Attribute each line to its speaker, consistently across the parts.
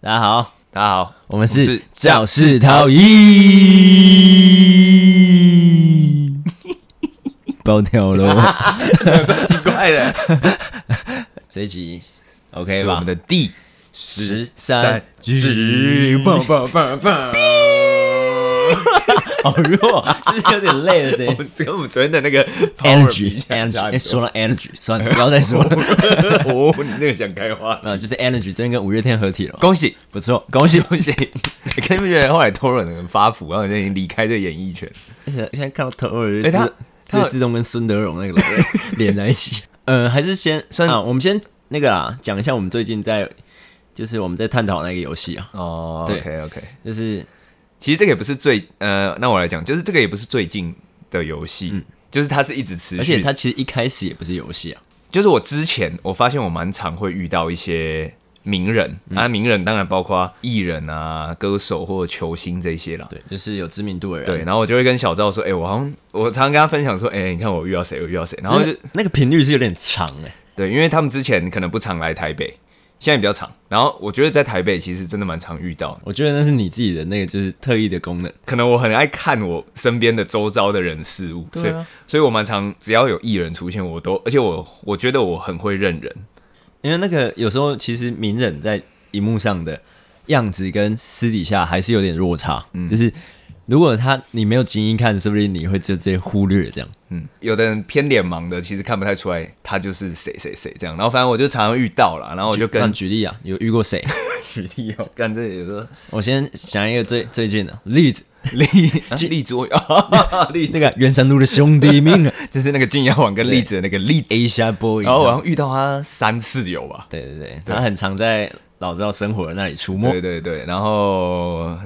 Speaker 1: 大家好，
Speaker 2: 大家好，
Speaker 1: 我们
Speaker 2: 我
Speaker 1: 是
Speaker 2: 是
Speaker 1: 教室逃逸，爆掉 喽！
Speaker 2: 奇怪了，
Speaker 1: 这一集
Speaker 2: 是
Speaker 1: OK
Speaker 2: 我
Speaker 1: 吧
Speaker 2: 们？的第
Speaker 1: 十
Speaker 2: 三
Speaker 1: 哎
Speaker 2: 集，棒棒棒棒。
Speaker 1: 好弱，是不是有点累了？这
Speaker 2: 我们跟我们昨天的那个 power 比
Speaker 1: energy
Speaker 2: 起来
Speaker 1: energy，
Speaker 2: 差
Speaker 1: 哎
Speaker 2: 很
Speaker 1: 说到 energy，算了，不要再说 了。
Speaker 2: 多哦，你那个想开花，
Speaker 1: 嗯，就是 energy 最近跟五月天合体了，
Speaker 2: 恭喜！
Speaker 1: 不错，恭喜！
Speaker 2: 恭喜！你看你不觉得后来 Toro 整个人发福，然后好像已经离开这个演艺圈？
Speaker 1: 而且 现在看到头尔，
Speaker 2: 哎他
Speaker 1: 是
Speaker 2: 他
Speaker 1: 自动跟孙德荣那个 老人连在一起。 呃，还是先算、啊，我们先那个啦，讲一下我们最近在，就是我们在探讨那个游戏啊，
Speaker 2: 哦
Speaker 1: 对
Speaker 2: OK OK，
Speaker 1: 就是
Speaker 2: 其实这个也不是最呃，那我来讲，就是这个也不是最近的游戏，就是它是一直持
Speaker 1: 嗯
Speaker 2: 续，
Speaker 1: 而且它其实一开始也不是游戏啊，
Speaker 2: 就是我之前我发现我蛮常会遇到一些名人、
Speaker 1: 嗯
Speaker 2: 啊，名人当然包括艺人啊、歌手或者球星这些啦。
Speaker 1: 对，就是有知名度的人，
Speaker 2: 对，，然后我就会跟小赵说，哎、我好像我常常跟他分享说，哎、你看我遇到谁，我遇到谁，然
Speaker 1: 然
Speaker 2: 后
Speaker 1: 后
Speaker 2: 就
Speaker 1: 那个频率是有点长哎、
Speaker 2: 对，因为他们之前可能不常来台北，现在比较常。然后我觉得在台北其实真的蛮常遇到的，
Speaker 1: 我觉得那是你自己的那个就是特异的功能，
Speaker 2: 可能我很爱看我身边的周遭的人事物，
Speaker 1: 对
Speaker 2: 所以
Speaker 1: 啊
Speaker 2: 所以我蛮常只要有艺人出现，我都而且我我觉得我很会认人，
Speaker 1: 因为那个有时候其实名人在荧幕上的样子跟私底下还是有点落差，就是如果他你没有精英看，说不定你会就直接忽略这样。
Speaker 2: 嗯，有的人偏脸盲的，其实看不太出来他就是谁谁谁这样。然后反正我就常常遇到了，然后我就
Speaker 1: 那
Speaker 2: 跟
Speaker 1: 举例啊，有遇过 谁？
Speaker 2: 举例哦，干这有个
Speaker 1: 我先讲一个最最近的哦 例子，
Speaker 2: 立
Speaker 1: 啊
Speaker 2: 立 桌游， 立
Speaker 1: 那个袁山路的兄弟 命啊
Speaker 2: 就是那个金牙网跟栗子的那个栗子。
Speaker 1: ，Asia Boy，
Speaker 2: 然后我好像遇到他三次有吧，
Speaker 1: 对哦对对，他很常在老赵生活的那里出没
Speaker 2: 对。对对，然后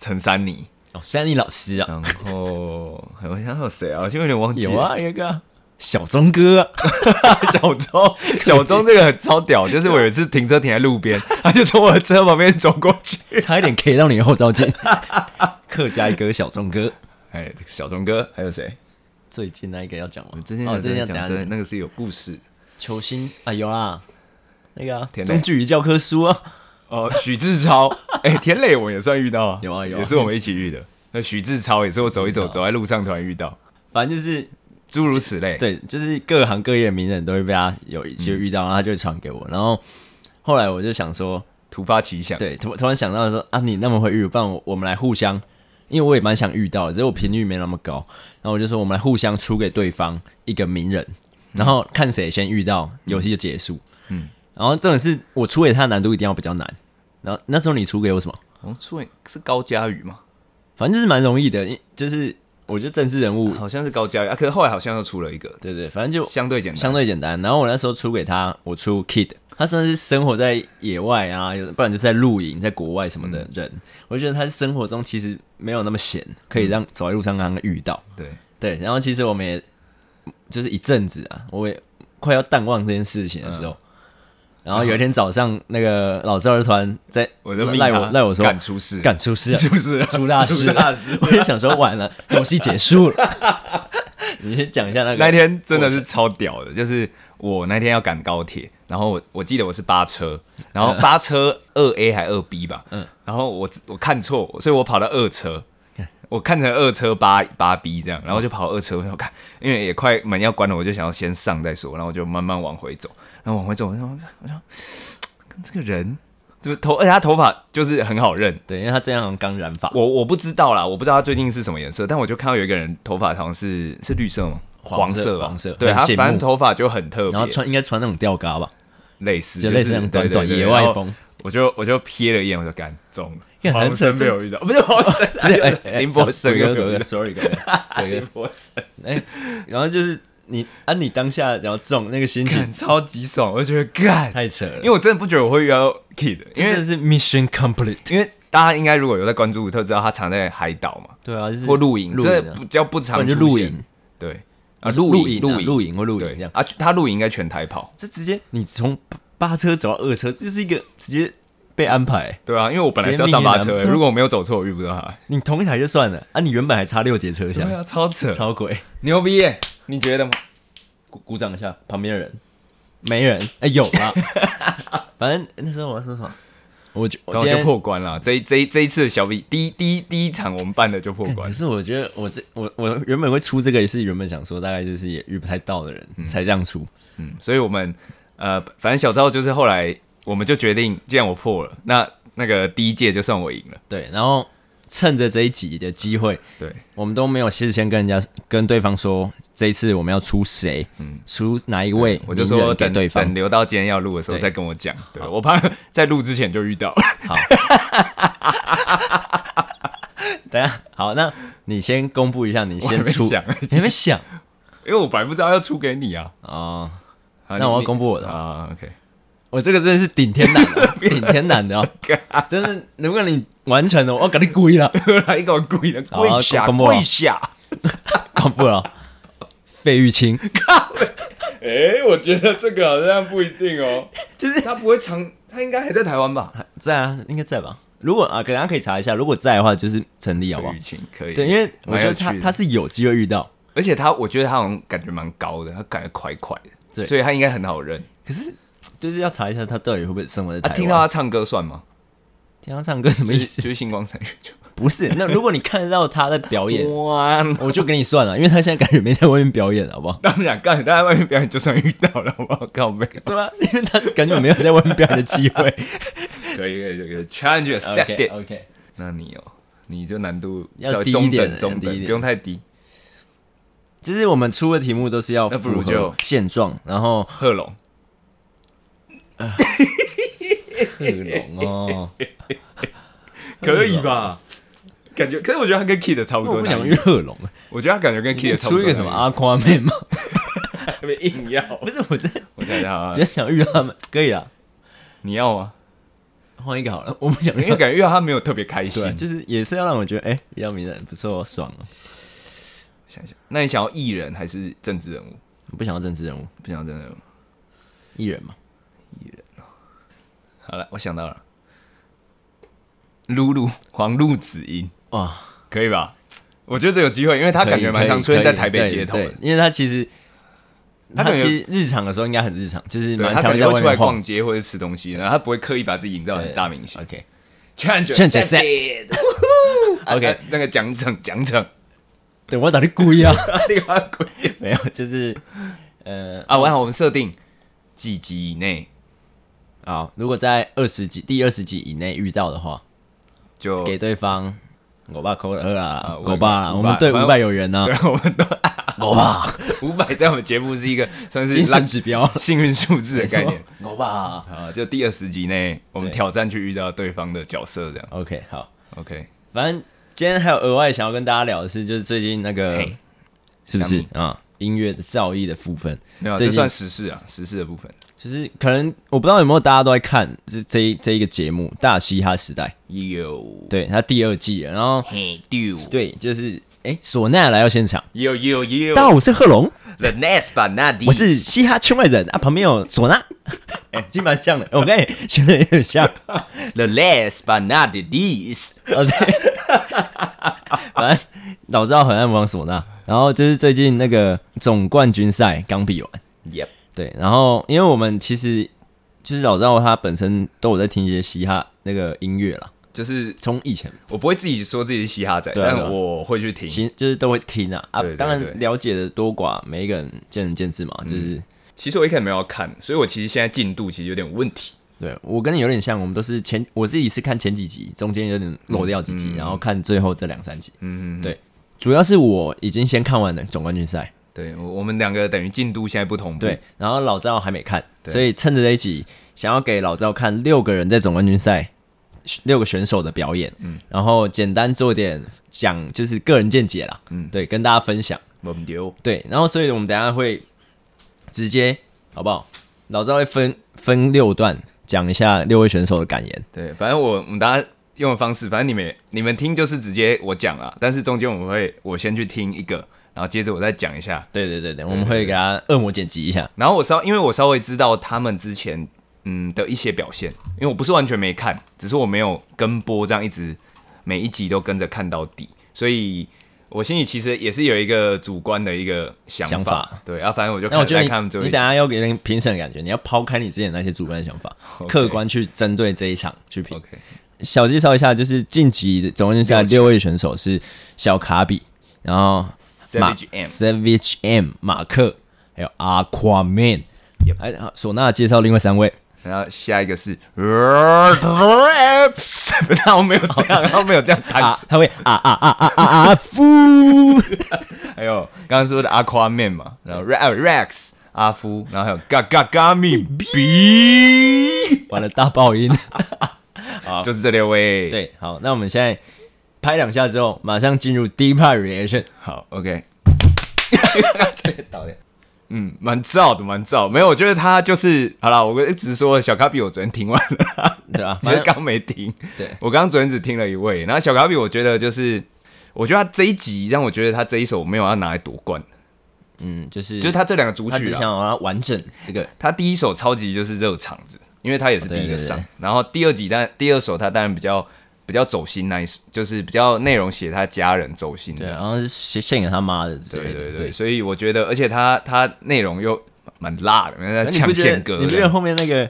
Speaker 2: 陈珊妮，
Speaker 1: 哦，山里老师啊，
Speaker 2: 然后好像还有谁啊？我现在有点忘记。
Speaker 1: 有啊，，有一个啊小钟哥 啊，
Speaker 2: 小 钟，小钟这个很超屌，就是我有一次停车停在路 边，他就从我的车旁边走过去。
Speaker 1: 差一点 K 到你的后照 镜。客家歌小钟哥，
Speaker 2: 哎，小钟哥，还有谁？
Speaker 1: 最近那一个要讲吗？
Speaker 2: 之前
Speaker 1: 哦，
Speaker 2: 有
Speaker 1: 最近要
Speaker 2: 在
Speaker 1: 等一下
Speaker 2: 讲真
Speaker 1: 再
Speaker 2: 的，
Speaker 1: 讲
Speaker 2: 那个是有故事
Speaker 1: 球星啊，有啦，那个啊，
Speaker 2: 田磊
Speaker 1: 中距离教科书啊，
Speaker 2: 哦。许志超， 哎，田磊我也算遇到啊，
Speaker 1: 有啊有啊
Speaker 2: 也是我们一起遇的。那许志超也是我走一走，走在路上突然遇到，
Speaker 1: 反正就是
Speaker 2: 诸如此类。，
Speaker 1: 对，就是各行各业的名人都会被他有
Speaker 2: 嗯
Speaker 1: 就遇到，然后他就会传给我，然后后来我就想说，
Speaker 2: 突发奇想，
Speaker 1: 对，突突然想到说啊，你那么会遇，不然我我们来互相，因为我也蛮想遇到的，只是我频率没那么高，然后我就说我们来互相出给对方一个名人，然后看谁先遇到，游戏就结束。嗯
Speaker 2: 嗯，
Speaker 1: 然后这种是我出给他的难度一定要比较难，然后那时候你出给我什么？
Speaker 2: 好像哦出是高佳宇嘛，
Speaker 1: 反正就是蛮容易的，因就是我觉得政治人物，
Speaker 2: 好像是高佳宇啊。可是后来好像又出了一个
Speaker 1: 对对，反正就
Speaker 2: 相对简单，
Speaker 1: 相对简单。然后我那时候出给他，我出 Kid，他算是生活在野外啊，有不然就是在露营，在国外什么的人。我就觉得他生活中其实没有那么闲，可以让走在路上让他遇到。
Speaker 2: 对，
Speaker 1: 对，然后其实我们也就是一阵子啊，我也快要淡忘这件事情的时候。
Speaker 2: 嗯
Speaker 1: 然后有一天早上，那个老赵就突然在
Speaker 2: 我就
Speaker 1: 赖我赖我说
Speaker 2: 敢出事，
Speaker 1: 干出事 了，
Speaker 2: 出事了，
Speaker 1: 出大事
Speaker 2: 出大
Speaker 1: 了
Speaker 2: 事！啊
Speaker 1: 我就想说完了，游戏结束了。 你先讲一下那个
Speaker 2: 那天真的是超屌的，就是我那天要赶高铁，然后我我记得我是八车，然后
Speaker 1: 嗯
Speaker 2: 八车二 A 还二 B 吧，嗯，然后我我看错，所以我跑到二车。
Speaker 1: 嗯
Speaker 2: 我看成二车八八 B 这样，然后就跑二车，我想看，因为也快门要关了，我就想要先上再说，然后我就慢慢往回走，然后往回走，我想，我想，跟这个人，这个头，而且他头发就是很好认，
Speaker 1: 对，因为他这样好像刚染发，
Speaker 2: 我我不知道啦，我不知道他最近是什么颜色，但我就看到有一个人头发好像是是绿色吗？
Speaker 1: 黄色
Speaker 2: 色吧，
Speaker 1: 黄色
Speaker 2: 对
Speaker 1: 很
Speaker 2: 他
Speaker 1: 醒目
Speaker 2: 反正头发就很特别，
Speaker 1: 然后穿应该穿那种吊嘎吧，
Speaker 2: 类似
Speaker 1: 就类似那种短短野外。风。
Speaker 2: 我就我就瞥了一眼，我就干中
Speaker 1: 干
Speaker 2: 了。
Speaker 1: 很
Speaker 2: 黄
Speaker 1: 扯
Speaker 2: 生没有遇到，不是黄生，
Speaker 1: 对，哎
Speaker 2: 林博生
Speaker 1: 哥
Speaker 2: 又
Speaker 1: 哥
Speaker 2: 有
Speaker 1: 哥
Speaker 2: 遇
Speaker 1: ，sorry 哥哥，
Speaker 2: 到，
Speaker 1: 对
Speaker 2: 林
Speaker 1: 哥，
Speaker 2: 博生，
Speaker 1: 哎，然后就是你啊，你当下然后中那个心情
Speaker 2: 干超级爽，我就觉得干，
Speaker 1: 太扯了，
Speaker 2: 因为我真的不觉得我会遇到 Kid，因
Speaker 1: 因为
Speaker 2: 为
Speaker 1: 这是 mission complete。
Speaker 2: 因为大家应该如果有在关注，都知道他常在海岛嘛，
Speaker 1: 对啊，就是
Speaker 2: 或露营，
Speaker 1: 露
Speaker 2: 这
Speaker 1: 营啊
Speaker 2: 不叫不
Speaker 1: 不
Speaker 2: 常
Speaker 1: 然就
Speaker 2: 出
Speaker 1: 露
Speaker 2: 现
Speaker 1: 营，
Speaker 2: 对
Speaker 1: 啊
Speaker 2: 啊，露
Speaker 1: 营
Speaker 2: 营
Speaker 1: 啊
Speaker 2: 露
Speaker 1: 露营或露营
Speaker 2: 对
Speaker 1: 这样。
Speaker 2: 啊，他露营应该全台跑。
Speaker 1: 这直接你从八八车走到二车，这就是一个直接被安排。
Speaker 2: 对啊，因为我本来是要上八
Speaker 1: 直接
Speaker 2: 车、
Speaker 1: 命运
Speaker 2: 欸，
Speaker 1: 难
Speaker 2: 如果我没有走错，我遇不到他。
Speaker 1: 你同一台就算了啊，你原本还差六节车厢，
Speaker 2: 啊，超 扯，
Speaker 1: 超鬼。
Speaker 2: 牛逼、耶！你觉得吗？
Speaker 1: 鼓鼓掌一下， 旁边的人没人，哎、有啦。反正那时候我要说什么？我觉我
Speaker 2: 然后
Speaker 1: 今
Speaker 2: 就
Speaker 1: 天
Speaker 2: 破关了。这一这一这一次的小比第一第一第一场我们办的就破
Speaker 1: 可
Speaker 2: 关，
Speaker 1: 是我觉得我这我我原本会出这个也是原本想说大概就是也遇不太到的人、才这样出，
Speaker 2: 嗯，所以我们呃，反正小赵就是后来我们就决定，既然我破了，那那个第一届就算我赢了。
Speaker 1: 对，然后趁着这一集的机会，
Speaker 2: 对，
Speaker 1: 我们都没有事先跟人家跟对方说这一次我们要出谁，
Speaker 2: 嗯
Speaker 1: 出哪一位，
Speaker 2: 我就说
Speaker 1: 给
Speaker 2: 等
Speaker 1: 对
Speaker 2: 等
Speaker 1: 方。
Speaker 2: 留到今天要录的时候
Speaker 1: 对
Speaker 2: 再跟我讲，对我怕 在录之前就遇到。
Speaker 1: 等一下，好，那你先公布一下，你先出，
Speaker 2: 我还没想
Speaker 1: 你还没想
Speaker 2: 因为我本来不知道要出给你啊。
Speaker 1: 哦，那
Speaker 2: 啊你
Speaker 1: 我要
Speaker 2: 你
Speaker 1: 公布我的
Speaker 2: 啊，OK，
Speaker 1: 我这个真的是顶天难 的，顶天难的哦，真的，如果你完成了，我给你跪了，
Speaker 2: 来一个跪的
Speaker 1: 好啊
Speaker 2: 跪下
Speaker 1: 公布了
Speaker 2: 跪下。
Speaker 1: 公布了，费玉清，
Speaker 2: 哎、我觉得这个好像不一定哦，
Speaker 1: 就是
Speaker 2: 他不会长，他应该还在台湾吧？
Speaker 1: 在啊，应该在吧？如果啊，可能大家可以查一下，如果在的话，就是成立好不好
Speaker 2: 雨？晴可以，
Speaker 1: 对，因为我觉得
Speaker 2: 蛮
Speaker 1: 他
Speaker 2: 有趣的
Speaker 1: 他是有机会遇到，
Speaker 2: 而且他，我觉得他好像感觉蛮高的，他感觉快快的，
Speaker 1: 对
Speaker 2: 所以他应该很好认。
Speaker 1: 可是就是要查一下他到底会不会生活在台
Speaker 2: 啊、
Speaker 1: 湾。
Speaker 2: 听到他唱歌算吗？
Speaker 1: 听到唱歌什么
Speaker 2: 就
Speaker 1: 意
Speaker 2: 是
Speaker 1: 思？
Speaker 2: 就是星光三月就，
Speaker 1: 不是，那如果你看得到他在表演
Speaker 2: 哇，
Speaker 1: 我就给你算了，因为他现在感觉没在外面表演，好不 好？
Speaker 2: 当然，干，大家外面表演就算遇到了，好不好？靠背，
Speaker 1: 对啊吧？因为他感觉没有在外面表演的机会。
Speaker 2: 可以可以可以可以，challenge accepted。
Speaker 1: OK OK，
Speaker 2: 那你哦，你就难度
Speaker 1: 要
Speaker 2: 稍微
Speaker 1: 低一
Speaker 2: 中
Speaker 1: 点
Speaker 2: 等中
Speaker 1: 要低一
Speaker 2: 等，
Speaker 1: 点
Speaker 2: 不用太低。
Speaker 1: 就是我们出的题目都是要
Speaker 2: 那不如
Speaker 1: 符合
Speaker 2: 就
Speaker 1: 现状，然后
Speaker 2: 贺龙，
Speaker 1: 克隆 哦，
Speaker 2: 可以吧？感觉，可是我觉得他跟 Kid 差不
Speaker 1: 我
Speaker 2: 多。
Speaker 1: 不想遇，克隆，
Speaker 2: 我觉得他感觉跟 Kid
Speaker 1: 你
Speaker 2: 差不多。
Speaker 1: 出一个什么阿夸妹吗？
Speaker 2: 特别硬要。
Speaker 1: 不是，我真的
Speaker 2: 我想想啊
Speaker 1: 比较，想遇到他们，可以啦，
Speaker 2: 你要吗？
Speaker 1: 换一个好了，我不想
Speaker 2: 因
Speaker 1: 遇
Speaker 2: 为
Speaker 1: 到。
Speaker 2: 感觉遇到他没有特别开心
Speaker 1: 对，。就是也是要让我觉得，哎、比较名人不错，爽哦。
Speaker 2: 想一想，那你想要艺人还是政治人物？
Speaker 1: 不想要政治人物，
Speaker 2: 不想要政治人物。
Speaker 1: 艺人嘛，
Speaker 2: 好了，我想到了，露露黄露子英，
Speaker 1: 哇，
Speaker 2: 可以吧？我觉得这有机会，因为他感觉蛮常出现在台北街头
Speaker 1: 可以
Speaker 2: 的
Speaker 1: 可以，对因为他其实
Speaker 2: 他
Speaker 1: 他
Speaker 2: 感觉
Speaker 1: 其实日常的时候应该很日常，就是
Speaker 2: 对
Speaker 1: 蛮
Speaker 2: 他
Speaker 1: 常
Speaker 2: 感
Speaker 1: 会在
Speaker 2: 觉会
Speaker 1: 外
Speaker 2: 出来
Speaker 1: 面晃
Speaker 2: 逛。街或者吃东西，然后他不会刻意把自己营造成大明星。
Speaker 1: OK
Speaker 2: Change
Speaker 1: Change
Speaker 2: accepted 啊
Speaker 1: OK，
Speaker 2: 那个奖惩奖惩，
Speaker 1: 对我打你故意啊，
Speaker 2: 你妈鬼
Speaker 1: 没有，就是呃
Speaker 2: 啊！我好，我们设定几集以内
Speaker 1: 好，如果在二十集第二十集以内遇到的话，
Speaker 2: 就
Speaker 1: 给对方我爸扣二啊，
Speaker 2: 我
Speaker 1: 我爸，
Speaker 2: 哦我
Speaker 1: 我们对
Speaker 2: 反正
Speaker 1: 五百有缘呐
Speaker 2: 对，，我们都
Speaker 1: 我 爸
Speaker 2: 五百在我们节目是一个算
Speaker 1: 精
Speaker 2: 是
Speaker 1: 神
Speaker 2: 烂
Speaker 1: 指标
Speaker 2: 幸运数字 的概念，
Speaker 1: 我爸
Speaker 2: 啊，就第二十集内我们
Speaker 1: 对
Speaker 2: 挑战去遇到对方的角色这样。
Speaker 1: OK，好，
Speaker 2: OK，
Speaker 1: 反正今天还有额外想要跟大家聊的是，就是最近那个
Speaker 2: 嘿
Speaker 1: 是不是
Speaker 2: 想
Speaker 1: 啊、音乐的造诣的部分，
Speaker 2: 没有啊，
Speaker 1: 最
Speaker 2: 这
Speaker 1: 近
Speaker 2: 算时事啊，时事的部分
Speaker 1: 就是可能我不知道有没有大家都在看这这一这一个节目《大嘻哈时代》，
Speaker 2: 有
Speaker 1: 对，它第二季了，然后
Speaker 2: 嘿 do
Speaker 1: 对，就是哎，唢呐来到现场，
Speaker 2: 有有有
Speaker 1: 大家好，我是贺龙，
Speaker 2: the next but not the
Speaker 1: 我是嘻哈圈外人啊，旁边有唢呐，哎，基本上像 的，我跟你学的有点像。
Speaker 2: the last but not the least，
Speaker 1: 哦，对， 反正老知道很爱模仿唢呐。然后就是最近那个总冠军赛刚比完，
Speaker 2: Yep，
Speaker 1: 对，然后因为我们其实就是老知道他本身都有在听一些嘻哈那个音乐啦，
Speaker 2: 就是
Speaker 1: 从以前
Speaker 2: 我不会自己说自己是嘻哈仔，
Speaker 1: 对啊
Speaker 2: 但
Speaker 1: 对啊
Speaker 2: 我会去听。
Speaker 1: 其就是都会听啊啊
Speaker 2: 对对，
Speaker 1: 当
Speaker 2: 对
Speaker 1: 然了解的多寡，每一个人见仁见智嘛，就是。
Speaker 2: 其实我一开始没有要看，所以我其实现在进度其实有点问题。
Speaker 1: 对我跟你有点像，我们都是前我自己是看前几集，中间有点漏掉几集，然后看最后这两三集。
Speaker 2: 嗯，
Speaker 1: 对，主要是我已经先看完了总冠军赛，
Speaker 2: 对，我我们两个等于进度现在不同步。
Speaker 1: 对，，然后老赵还没看，所以趁着这一集，想要给老赵看六个人在总冠军赛六个选手的表演，嗯，然后简单做点讲，就是个人见解啦，
Speaker 2: 嗯
Speaker 1: 嗯，对，跟大家分享，
Speaker 2: 我们丢。
Speaker 1: 对，然后所以我们等一下会直接好不好？老赵会分分六段讲一下六位选手的感言，
Speaker 2: 对，反正我我们大家用的方式，反正你们也你们听就是直接我讲啦，但是中间我们会我先去听一个，然后接着我再讲一下。
Speaker 1: 对对对对，我们会给他恶魔剪辑一下，
Speaker 2: 然后我稍因为我稍微知道他们之前嗯的一些表现，因为我不是完全没看，只是我没有跟播这样一直每一集都跟着看到底，所以我心里其实也是有一个主观的一个想
Speaker 1: 想法
Speaker 2: 对啊，反正我就
Speaker 1: 那我
Speaker 2: 看
Speaker 1: 觉得
Speaker 2: 在看他们
Speaker 1: 你
Speaker 2: 最后
Speaker 1: 你
Speaker 2: 一
Speaker 1: 等
Speaker 2: 集，
Speaker 1: 下要给人评审的感觉，你要抛开你之前那些主观想法
Speaker 2: OK
Speaker 1: 客观去针对这一场去评。
Speaker 2: OK，
Speaker 1: 小介绍一下，就是晋级的总冠军赛六位选手是小卡比，然后马
Speaker 2: Savage M
Speaker 1: Savage M 马克，还有 Aquaman。哎，唢呐介绍另外三位，
Speaker 2: 然后下一个是 raps，他没有这样，他没有这样弹
Speaker 1: 哦啊，他会啊 啊啊啊啊啊啊夫，
Speaker 2: 还有哎刚刚说的 Aquaman 嘛，然后 Ra- Rex 阿夫，然后还有 Gaga Gami B，
Speaker 1: 完了大爆 音。
Speaker 2: 就是这六位。，
Speaker 1: 啊对，好，那我们现在拍两下之后，马上进入第一 part reaction。
Speaker 2: 好，OK，这个 导演。嗯，蛮燥的，蛮燥。没有，我觉得他就是好了。我一直说小卡比，我昨天听完了，
Speaker 1: 对啊
Speaker 2: 就是刚没听。
Speaker 1: 对
Speaker 2: 我刚刚昨天只听了一位，然后小卡比，我觉得就是，我觉得他这一集让我觉得他这一首没有要拿来夺冠，
Speaker 1: 嗯，就是
Speaker 2: 就是他这两个主
Speaker 1: 他
Speaker 2: 曲
Speaker 1: 只
Speaker 2: 啊
Speaker 1: 想，让它完整这个，
Speaker 2: 他第一首超级就是热场子，因为他也是第一个上。
Speaker 1: 哦对对对
Speaker 2: 然后第二集但第二首他当然比较比较走心那一首，就是比较内容写他家人走心
Speaker 1: 对，啊
Speaker 2: 的。
Speaker 1: 然后是献献给他妈的之
Speaker 2: 对
Speaker 1: 类的，
Speaker 2: 啊对对，所以我觉得，而且他他内容又蛮辣的，因为
Speaker 1: 那
Speaker 2: 他
Speaker 1: 你不
Speaker 2: 抢
Speaker 1: 觉
Speaker 2: 线
Speaker 1: 得
Speaker 2: 歌
Speaker 1: 你不觉
Speaker 2: 这
Speaker 1: 得
Speaker 2: 样。
Speaker 1: 后面那个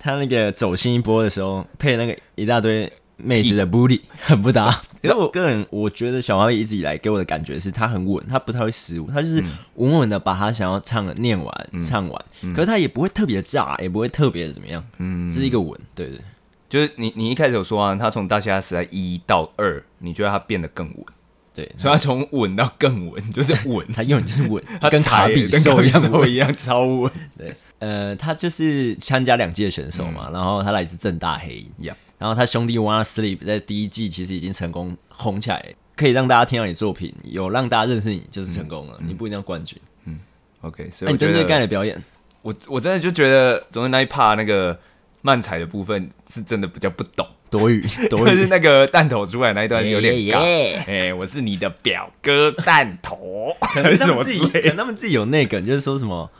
Speaker 1: 他那个走新一波的时候配那个一大堆妹子的 booty 很不
Speaker 2: 啊
Speaker 1: 搭？可是我个人我觉得小花一直以来给我的感觉是她很稳，她不太会失误，她就是
Speaker 2: 嗯
Speaker 1: 稳稳的把她想要唱的念完、唱完，
Speaker 2: 嗯
Speaker 1: 可是她也不会特别炸，也不会特别怎么样，嗯，是一个稳，对对。
Speaker 2: 就是你你一开始有说啊，他从大虾时代一到二，你觉得他变得更稳，
Speaker 1: 对，，
Speaker 2: 所以他从稳到更稳，就是稳
Speaker 1: 他用的就是稳，
Speaker 2: 他
Speaker 1: 跟卡
Speaker 2: 踩
Speaker 1: 比
Speaker 2: 跟
Speaker 1: 兽
Speaker 2: 卡
Speaker 1: 一样稳
Speaker 2: 兽。一样超稳。
Speaker 1: 对，呃，他就是参加两届的选手嘛，
Speaker 2: 嗯
Speaker 1: 然后他来自正大黑鹰，
Speaker 2: Yep
Speaker 1: 然后他兄弟 Wanna Sleep 在第一季其实已经成功红起来，可以让大家听到你作品，有让大家认识你就是成功
Speaker 2: 嗯
Speaker 1: 了，你不一定要冠军。
Speaker 2: OK，
Speaker 1: 那
Speaker 2: 所以我
Speaker 1: 你
Speaker 2: 觉
Speaker 1: 针
Speaker 2: 得
Speaker 1: 对盖的表演，
Speaker 2: 我我真的就觉得总之那一 part 那个漫彩的部分是真的比较不懂，
Speaker 1: 躲 雨，躲
Speaker 2: 就是
Speaker 1: 雨，
Speaker 2: 那个弹头出来那一段有点尬。
Speaker 1: 耶耶
Speaker 2: 哎、我是你的表哥弹头，
Speaker 1: 可
Speaker 2: 还
Speaker 1: 能
Speaker 2: 是
Speaker 1: 他
Speaker 2: 什么
Speaker 1: 们自
Speaker 2: 之
Speaker 1: 己，
Speaker 2: 类
Speaker 1: 可
Speaker 2: 的
Speaker 1: 能他们自己有那个，就是说什么。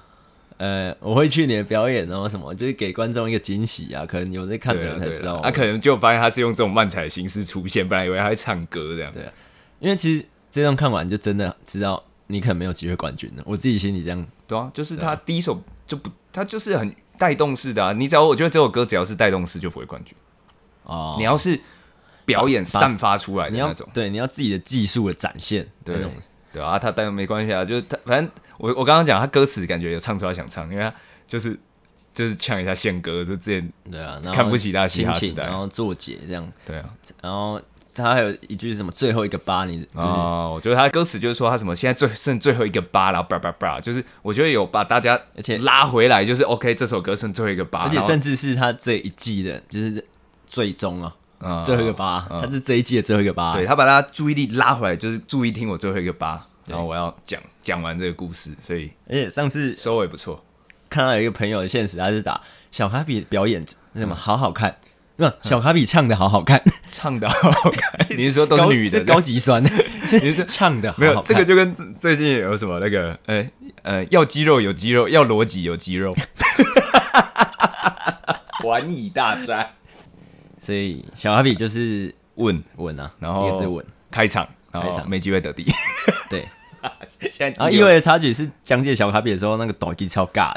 Speaker 1: 呃，我会去你的表演，然后什么，就是给观众一个惊喜啊！可能有在看的
Speaker 2: 对啊
Speaker 1: 人才知
Speaker 2: 对
Speaker 1: 道
Speaker 2: 啊
Speaker 1: 我。，
Speaker 2: 他、可能就发现他是用这种漫彩的形式出现，本来以为他会唱歌这样。
Speaker 1: 对啊，因为其实这段看完就真的知道你可能没有机会冠军了。我自己心里这样，
Speaker 2: 对啊，就是他第一首就不，他就是很带动式的啊。你只要我觉得这首歌只要是带动式就不会冠军，
Speaker 1: 哦，
Speaker 2: 你要是表演
Speaker 1: 把把
Speaker 2: 散发出来的
Speaker 1: 你要
Speaker 2: 那种。
Speaker 1: 对你要自己的技术的展现，那
Speaker 2: 对
Speaker 1: 种
Speaker 2: 对啊，他但没关系啊，就是他反正我我刚刚讲他歌词感觉有唱出他想唱，因为他就是就是呛一下宪哥，就之前
Speaker 1: 对啊，然后
Speaker 2: 看不起大嘻
Speaker 1: 亲
Speaker 2: 哈时
Speaker 1: 情，
Speaker 2: 代
Speaker 1: 然后作结这样，
Speaker 2: 对啊
Speaker 1: 然后他还有一句是什么最后一个八，你就
Speaker 2: 啊、
Speaker 1: 是、
Speaker 2: 我觉得他歌词就是说他什么现在最剩最后一个八，然后叭叭叭，就是我觉得有把大家
Speaker 1: 而且
Speaker 2: 拉回来，就是 OK 这首歌剩最后一个八，
Speaker 1: 而且
Speaker 2: 然后
Speaker 1: 甚至是他这一季的，就是最终啊，
Speaker 2: 嗯
Speaker 1: 最后一个八，他是这一季的最后一个八，
Speaker 2: 对他把大家注意力拉回来，就是注意听我最后一个八，然后我要讲讲完这个故事，所以
Speaker 1: 而且上次
Speaker 2: 收尾不错。
Speaker 1: 看到有一个朋友的现实，他是打小卡比表演那
Speaker 2: 嗯
Speaker 1: 什么好好看，不、小卡比唱的好好 看，
Speaker 2: 唱的好看，你是说都是
Speaker 1: 高
Speaker 2: 女的？
Speaker 1: 这高级 酸，
Speaker 2: 你
Speaker 1: 这
Speaker 2: 是
Speaker 1: 唱的
Speaker 2: 没有，这个就跟最最近有什么那个，呃、呃，要肌肉有肌肉，要逻辑有肌 肉，玩以大战。
Speaker 1: 所以小卡比就是
Speaker 2: 问，
Speaker 1: 稳啊，
Speaker 2: 然后
Speaker 1: 一个字稳，
Speaker 2: 开场，然
Speaker 1: 开
Speaker 2: 后
Speaker 1: 场
Speaker 2: 没机会得第一。啊
Speaker 1: 对。
Speaker 2: 现在
Speaker 1: 然后意味的插曲是讲解小卡比的时候，那个抖音超尬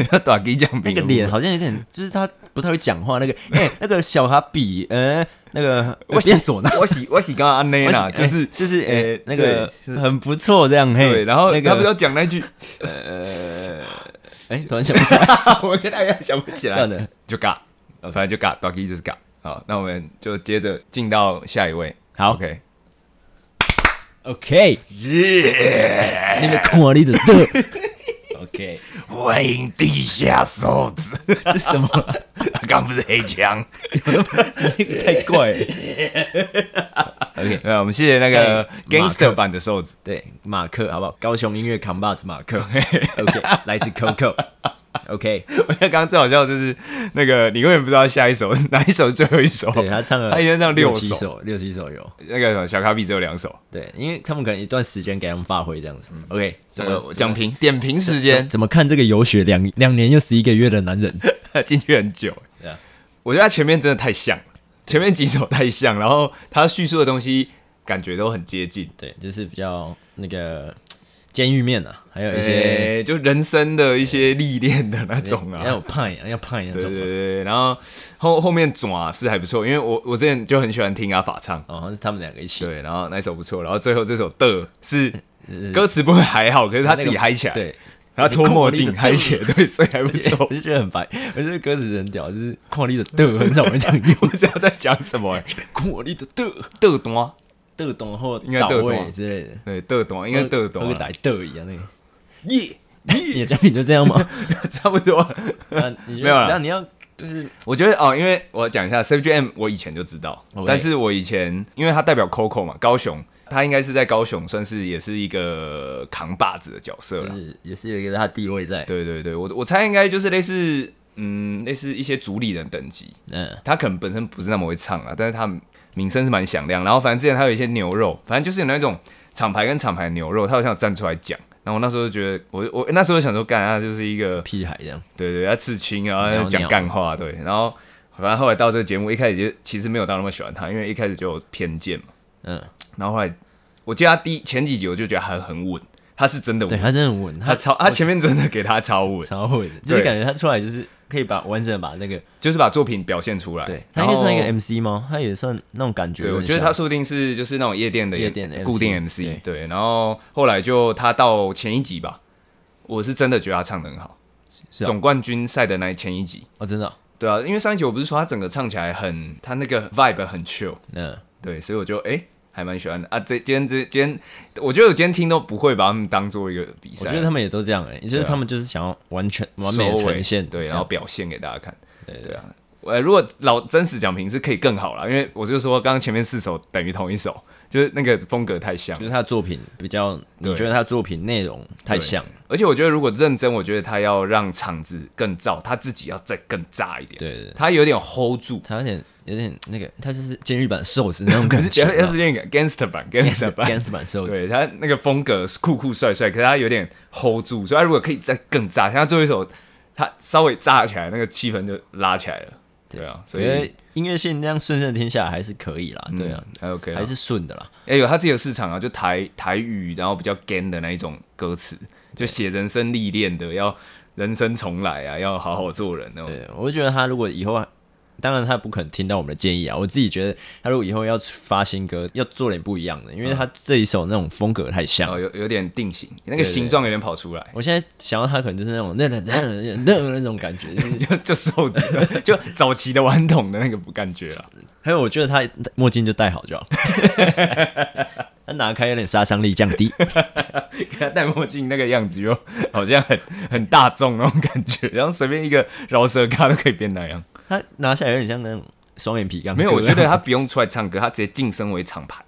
Speaker 1: 的，
Speaker 2: 短给讲
Speaker 1: 那
Speaker 2: 那
Speaker 1: 个嗯脸，好像有点，就是他不太会讲话。 那个，哎、那个小卡比，呃，那个
Speaker 2: 我
Speaker 1: 变唢呐，
Speaker 2: 我喜我喜刚刚安内啦，就
Speaker 1: 哎
Speaker 2: 是
Speaker 1: 就是哎、
Speaker 2: 呃
Speaker 1: 那个
Speaker 2: 对
Speaker 1: 很不错这样嘿。
Speaker 2: 对，然后
Speaker 1: 那
Speaker 2: 他不是
Speaker 1: 个
Speaker 2: 要讲那句，
Speaker 1: 哎、突然想不起来，
Speaker 2: 我跟大家想不起来，
Speaker 1: 算了，
Speaker 2: 就尬，哦反正就尬，短给就是尬。好，那我们就接着进到下一位。
Speaker 1: 好
Speaker 2: OK，
Speaker 1: ，OK，
Speaker 2: 耶
Speaker 1: 那个看你的的 ，OK，
Speaker 2: 欢迎地下手指。
Speaker 1: 这什么？
Speaker 2: 刚不是黑枪。
Speaker 1: 那个太怪了。OK，
Speaker 2: 呃，我们谢谢那个
Speaker 1: 对马克
Speaker 2: gangster 版的瘦子。
Speaker 1: 对，马克好不好？高雄音乐扛把子马克，OK，来自 Coco，OK，、
Speaker 2: 我觉得刚刚最好笑的就是那个，你永远不知道下一首是 哪一首是最后一首。
Speaker 1: 对他唱了，
Speaker 2: 他一天唱
Speaker 1: 六
Speaker 2: 六
Speaker 1: 七
Speaker 2: 首
Speaker 1: 首，六七首有。
Speaker 2: 那个什么小卡比只有两首。
Speaker 1: 对，因为他们可能一段时间给他们发挥这样子。OK，怎
Speaker 2: 嗯
Speaker 1: 么
Speaker 2: 呃讲评点评时
Speaker 1: 怎么
Speaker 2: 间
Speaker 1: 怎么看这个有血两两年又十一个月的男人？
Speaker 2: 进去很久。
Speaker 1: 对啊
Speaker 2: 我觉得他前面真的太像了，前面几首太像，然后他叙述的东西感觉都很接近，
Speaker 1: 对，就是比较那个监狱面啊，还有一些
Speaker 2: 诶就人生的一些历练的那种哎啊，
Speaker 1: 要有派啊，要派那
Speaker 2: 对
Speaker 1: 种
Speaker 2: 对
Speaker 1: 啊。
Speaker 2: 对对，然后后后面爪是还不错，因为我我之前就很喜欢听阿法唱，
Speaker 1: 哦，好像是他们两个一起，
Speaker 2: 对，然后那首不错，然后最后这首的 是
Speaker 1: 嗯
Speaker 2: 歌词部分还好，可是他自己嗨起来，，
Speaker 1: 对，
Speaker 2: 然后脱墨镜嗨起来，对，所以还不
Speaker 1: 而且
Speaker 2: 错
Speaker 1: 我。就觉得很白，我觉得歌词很屌，就是矿力的的很少人这样用
Speaker 2: 不，知道在讲什么、欸，
Speaker 1: 矿力的的
Speaker 2: 豆端，
Speaker 1: 的懂或
Speaker 2: 应该
Speaker 1: 倒
Speaker 2: 倒位
Speaker 1: 位之类的，
Speaker 2: 对，豆端啊应该豆
Speaker 1: 会
Speaker 2: 端，
Speaker 1: 打的一样那个。
Speaker 2: 耶，
Speaker 1: 你的奖品就啊这 样吗？
Speaker 2: 差不多。
Speaker 1: 那你就
Speaker 2: 没有啊啦
Speaker 1: 那你要就是
Speaker 2: 我觉得哦，因为我讲一下 CFGM，我以前就知道
Speaker 1: OK
Speaker 2: 但是我以前因为他代表 Coco 嘛，高雄，他应该是在高雄算是也是一个扛把子的角色
Speaker 1: 就
Speaker 2: 了。
Speaker 1: 是也是有一个他的地位在，
Speaker 2: 对对对，我我猜应该就是类似嗯，类似一些主理人等级，
Speaker 1: 嗯，
Speaker 2: 他可能本身不是那么会唱啊，但是他名声是蛮响亮。然后反正之前他有一些牛肉，反正就是有那种厂牌跟厂牌的牛肉，他好像有站出来讲。然后我那时候就觉得，我我那时候就想说，干他就是一个
Speaker 1: 屁孩这样，
Speaker 2: 对对，他刺青啊，然
Speaker 1: 鸟
Speaker 2: 后讲干话，对，然后反正后来到这个节目，一开始就其实没有到那么喜欢他，因为一开始就有偏见嘛。
Speaker 1: 嗯，
Speaker 2: 然后后来我记得他第一前几集我就觉得他很稳，他是真的
Speaker 1: 对
Speaker 2: 稳，
Speaker 1: 他真的很稳，
Speaker 2: 他
Speaker 1: 他
Speaker 2: 超他前面真的给他超稳，
Speaker 1: 超会的，就是
Speaker 2: 对
Speaker 1: 感觉他出来就是可以把完整地把那个，
Speaker 2: 就是把作品表现出来。
Speaker 1: 对他应该算一个
Speaker 2: 然后
Speaker 1: MC 吗？他也算那种感觉有
Speaker 2: 对，
Speaker 1: 点像，
Speaker 2: 我觉得他说不定是就是那种夜店的
Speaker 1: 夜店的 MC
Speaker 2: 固定 MC
Speaker 1: 对。
Speaker 2: 对，然后后来就他到前一集吧，我是真的觉得他唱的很好，
Speaker 1: 是啊
Speaker 2: 总冠军赛的那前一集。
Speaker 1: 哦，真的哦，
Speaker 2: 对啊，因为上一集我不是说他整个唱起来很，他那个 vibe 很 chill，
Speaker 1: 嗯，
Speaker 2: 对，所以我就哎、诶还蛮喜欢的啊。这今天这今天，我觉得我今天听都不会把他们当做一个比
Speaker 1: 我
Speaker 2: 赛，
Speaker 1: 觉得他们也都这样哎，就是他们就是想要完全完美的
Speaker 2: 收尾
Speaker 1: 呈现，
Speaker 2: 对，
Speaker 1: 这
Speaker 2: 然后
Speaker 1: 样
Speaker 2: 表现给大家看，
Speaker 1: 对
Speaker 2: 对啊。呃，如果老真实讲评是可以更好啦，因为我就说刚刚前面四首等于同一首，就是那个风格太像
Speaker 1: 就。是他的作品比较，你
Speaker 2: 对
Speaker 1: 觉得他的作品内容太像，
Speaker 2: 而且我觉得，如果认真，我觉得他要让场子更燥，他自己要再更炸一点。，
Speaker 1: 对对，对
Speaker 2: 他有点 hold 住，
Speaker 1: 他有点有点那个，他就是监狱版瘦子那种感觉
Speaker 2: 要 要是有点 gangster 版，gangster 版
Speaker 1: ，gangster 版瘦
Speaker 2: 对
Speaker 1: 子，
Speaker 2: 他那个风格是酷酷帅帅，可是他有点 hold 住，所以他如果可以再更炸，像他最后一首，他稍微炸起来，那个气氛就拉起来了。对啊，
Speaker 1: 我
Speaker 2: 所
Speaker 1: 觉
Speaker 2: 以
Speaker 1: 得音乐线这样顺顺听下来还是可以啦，对啊，
Speaker 2: 嗯还 OK，啦
Speaker 1: 还是顺的啦。
Speaker 2: 哎、有他自己的市场啊，就台台语，然后比较 gan 的那一种歌词，就写人生历练的，要人生重来啊，要好好做人哦。
Speaker 1: 对，我就觉得他如果以后，当然他不可能听到我们的建议啊。我自己觉得他如果以后要发新歌，要做点不一样的，因为他这一首那种风格太像。
Speaker 2: 哦，有有点定型，那
Speaker 1: 对
Speaker 2: 个
Speaker 1: 对
Speaker 2: 形状有点跑出来，
Speaker 1: 我现在想到他可能就是那种那那那那那种感觉，就是
Speaker 2: 就就瘦子 了，就早期的顽童的那个感觉了。
Speaker 1: 还有我觉得他墨镜就戴好就好， 他拿开有点杀伤力降低。
Speaker 2: 给他 戴墨镜那个样子又 好像很很大众那种感觉，然后随便一个饶舌咖都可以变那样。
Speaker 1: 他拿下来有点像那种双眼皮刚哥。
Speaker 2: 没有，我觉
Speaker 1: 啊
Speaker 2: 得他不用出来唱歌，他直接晋升为厂牌，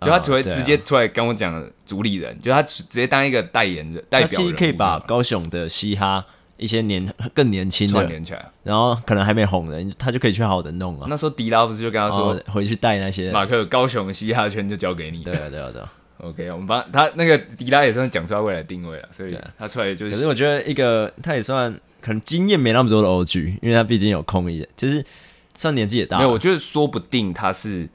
Speaker 2: 就他只会
Speaker 1: 对啊
Speaker 2: 直接出来跟我讲主理人，就他直接当一个代言人、代
Speaker 1: 他
Speaker 2: 表
Speaker 1: 其
Speaker 2: 人
Speaker 1: 实
Speaker 2: 物
Speaker 1: 可以把高雄的嘻哈一些年更年轻
Speaker 2: 串
Speaker 1: 的，
Speaker 2: 联起来。
Speaker 1: 然后可能还没红的，他就可以去好好的弄啊。
Speaker 2: 那时候迪拉不是就跟他
Speaker 1: 然
Speaker 2: 说
Speaker 1: 后，回去带那些，
Speaker 2: 马克高雄嘻哈圈就交给你。
Speaker 1: 对啊，对啊，对啊。
Speaker 2: OK，我们帮他那个迪拉也算讲出来未来定位了，所以
Speaker 1: 对啊
Speaker 2: 他出来就
Speaker 1: 可
Speaker 2: 是
Speaker 1: 是我觉得一个他也算可能经验没那么多的 OG，因为他毕竟有空一点，就是算年纪也大啊
Speaker 2: 没有，我
Speaker 1: 了。
Speaker 2: 觉得说不定他是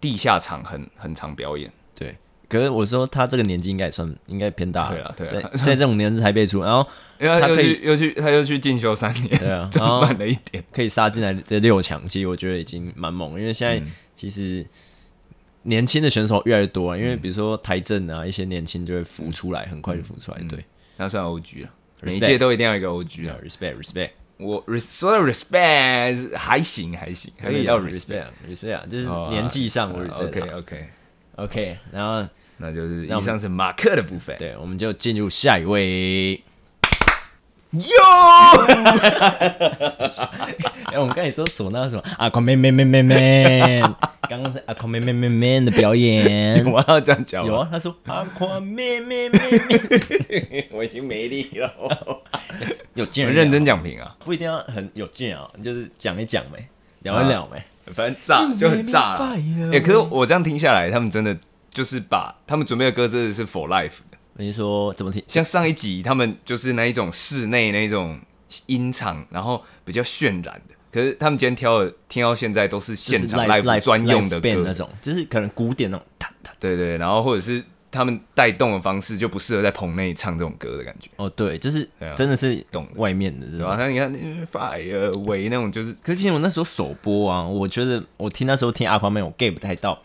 Speaker 2: 地下场很很常表演。
Speaker 1: 对，可是我说他这个年纪应该也算应该偏大
Speaker 2: 对
Speaker 1: 了
Speaker 2: 啊，对啊
Speaker 1: 在在这种年纪才辈出，然后
Speaker 2: 因为
Speaker 1: 他
Speaker 2: 他又
Speaker 1: 可以
Speaker 2: 去又去他又去进修三年，
Speaker 1: 对 啊
Speaker 2: 增
Speaker 1: 然后
Speaker 2: 慢了一点。
Speaker 1: 可以杀进来这六强，其实我觉得已经蛮猛了，因为现在
Speaker 2: 嗯
Speaker 1: 其实年轻的选手越来越多啊，因为比如说台政啊，一些年轻就会浮出来，很快就浮出来。对
Speaker 2: 那算 OG 了，每一
Speaker 1: Respect
Speaker 2: 届都一定要有一个 OG 啊。
Speaker 1: ，respect respect，
Speaker 2: 我 res- 说到 respect 还行还行，还是要 respect。
Speaker 1: 啊
Speaker 2: 哦
Speaker 1: respect 啊，就是年纪上我
Speaker 2: OK
Speaker 1: respect 啊。
Speaker 2: OK，
Speaker 1: OK，然后
Speaker 2: 那就是
Speaker 1: 那我们
Speaker 2: 以上是马克的部分。
Speaker 1: 对，我们就进入下一位。
Speaker 2: 哟，
Speaker 1: 哎、我们刚才说唢呐是什么？阿狂妹妹妹妹妹， 刚刚是阿狂妹妹妹妹的表演。
Speaker 2: 我要这样讲 吗
Speaker 1: 有，啊，他说阿狂妹妹妹妹，
Speaker 2: 我已经没力了。
Speaker 1: 有劲，
Speaker 2: 认真讲评啊，
Speaker 1: 不一定要很有劲啊，就是讲一讲呗，聊一聊呗。
Speaker 2: 反正炸就很炸啦
Speaker 1: fire。
Speaker 2: 哎，可是我这样听下来，他们真的就是把他们准备的歌真的是 for life 的。
Speaker 1: 你说怎么听？
Speaker 2: 像上一集他们就是那一种室内那一种音场，然后比较渲染的。可是他们今天挑的，听到现在都是现场
Speaker 1: 就是 live- live-
Speaker 2: 专用的
Speaker 1: live band
Speaker 2: 歌
Speaker 1: 那，种，就是可能古典那种，哒
Speaker 2: 对对，然后或者是他们带动的方式就不适合在棚内唱这种歌的感觉。
Speaker 1: 哦，对，就是
Speaker 2: 对啊
Speaker 1: 真的是
Speaker 2: 懂
Speaker 1: 外面的这
Speaker 2: 对
Speaker 1: 种
Speaker 2: 吧？。像你看呃 Fire Away 那种，就是
Speaker 1: 可是之前我那时候首播啊，我觉得我听那时候听阿宽妹，我 get 不太到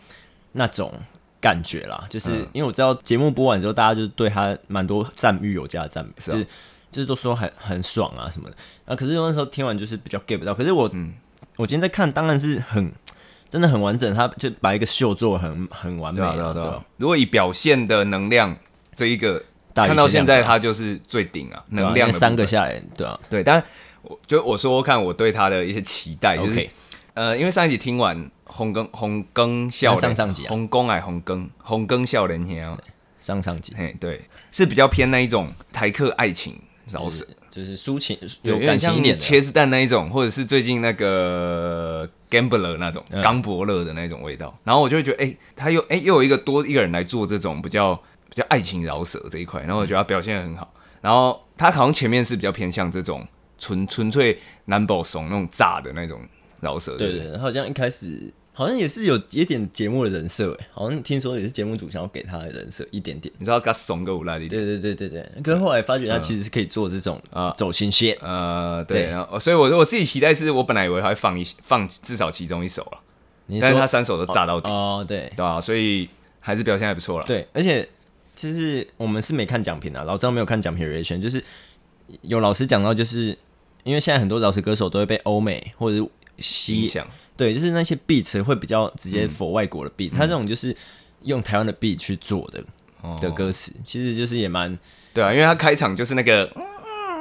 Speaker 1: 那种感觉啦，就是、
Speaker 2: 嗯
Speaker 1: 因为我知道节目播完之后，大家就对他蛮多赞誉有加的赞美，
Speaker 2: 啊
Speaker 1: 就是就是都说很很爽啊什么的。啊，可是那时候听完就是比较 get 不到。可是我、
Speaker 2: 嗯
Speaker 1: 我今天在看，当然是很真的很完整，他就把一个秀做得很很完美
Speaker 2: 对啊对啊对
Speaker 1: 对
Speaker 2: 啊
Speaker 1: 啊。
Speaker 2: 如果以表现的能量这一个，
Speaker 1: 大于
Speaker 2: 看到
Speaker 1: 限
Speaker 2: 现
Speaker 1: 量
Speaker 2: 在
Speaker 1: 吧
Speaker 2: 他就是最顶啊，
Speaker 1: 对啊
Speaker 2: 能量
Speaker 1: 那
Speaker 2: 的
Speaker 1: 三
Speaker 2: 部
Speaker 1: 个
Speaker 2: 分
Speaker 1: 下来，对啊
Speaker 2: 对，但我就我说说看我对他的一些期待，就是
Speaker 1: OK
Speaker 2: 呃，因为上一集听完红更红更笑
Speaker 1: 上上集啊
Speaker 2: 红更哎红更红更笑人天啊，
Speaker 1: 上上集
Speaker 2: 嘿对，是比较偏那一种台客爱情饶
Speaker 1: 就是
Speaker 2: 舌，
Speaker 1: 就是抒情
Speaker 2: 对
Speaker 1: 有
Speaker 2: 有点
Speaker 1: 感情一
Speaker 2: 像
Speaker 1: 点的，
Speaker 2: 茄子蛋那一种，或者是最近那个 Gambler 那种
Speaker 1: 嗯
Speaker 2: 刚伯乐的那种味道，然后我就会觉得哎、他又哎、又有一个多一个人来做这种比较比较爱情饶舌这一块，然后我觉得他表现的很好，然后他好像前面是比较偏向这种。纯纯粹南宝怂那种炸的那种饶舌，不
Speaker 1: 对对，对，好像一开始好像也是有一点节目的人设，哎，好像听说也是节目组想要给他的人设一点点。
Speaker 2: 你知道他怂个无赖的，
Speaker 1: 对对对对对，可是后来发觉他其实是可以做这种
Speaker 2: 啊
Speaker 1: 走心线，
Speaker 2: 呃，对，
Speaker 1: 对
Speaker 2: 然后所以我我自己期待是我本来以为他会放一放至少其中一首了，
Speaker 1: 你
Speaker 2: 但是他
Speaker 1: 说
Speaker 2: 三首都炸到底，
Speaker 1: 哦，对
Speaker 2: 对吧、所以还是表现还不错了。
Speaker 1: 对，而且其实我们是没看奖评啊，老张没有看奖评 reaction，就是有老师讲到，就是因为现在很多饶舌歌手都会被欧美或者是
Speaker 2: 影
Speaker 1: 西
Speaker 2: 响，
Speaker 1: 对，就是那些 beat 会比较直接否外国的 beat，、他这种就是用台湾的 beat 去做的的歌词，其实就是也蛮。
Speaker 2: 对啊，因为他开场就是那个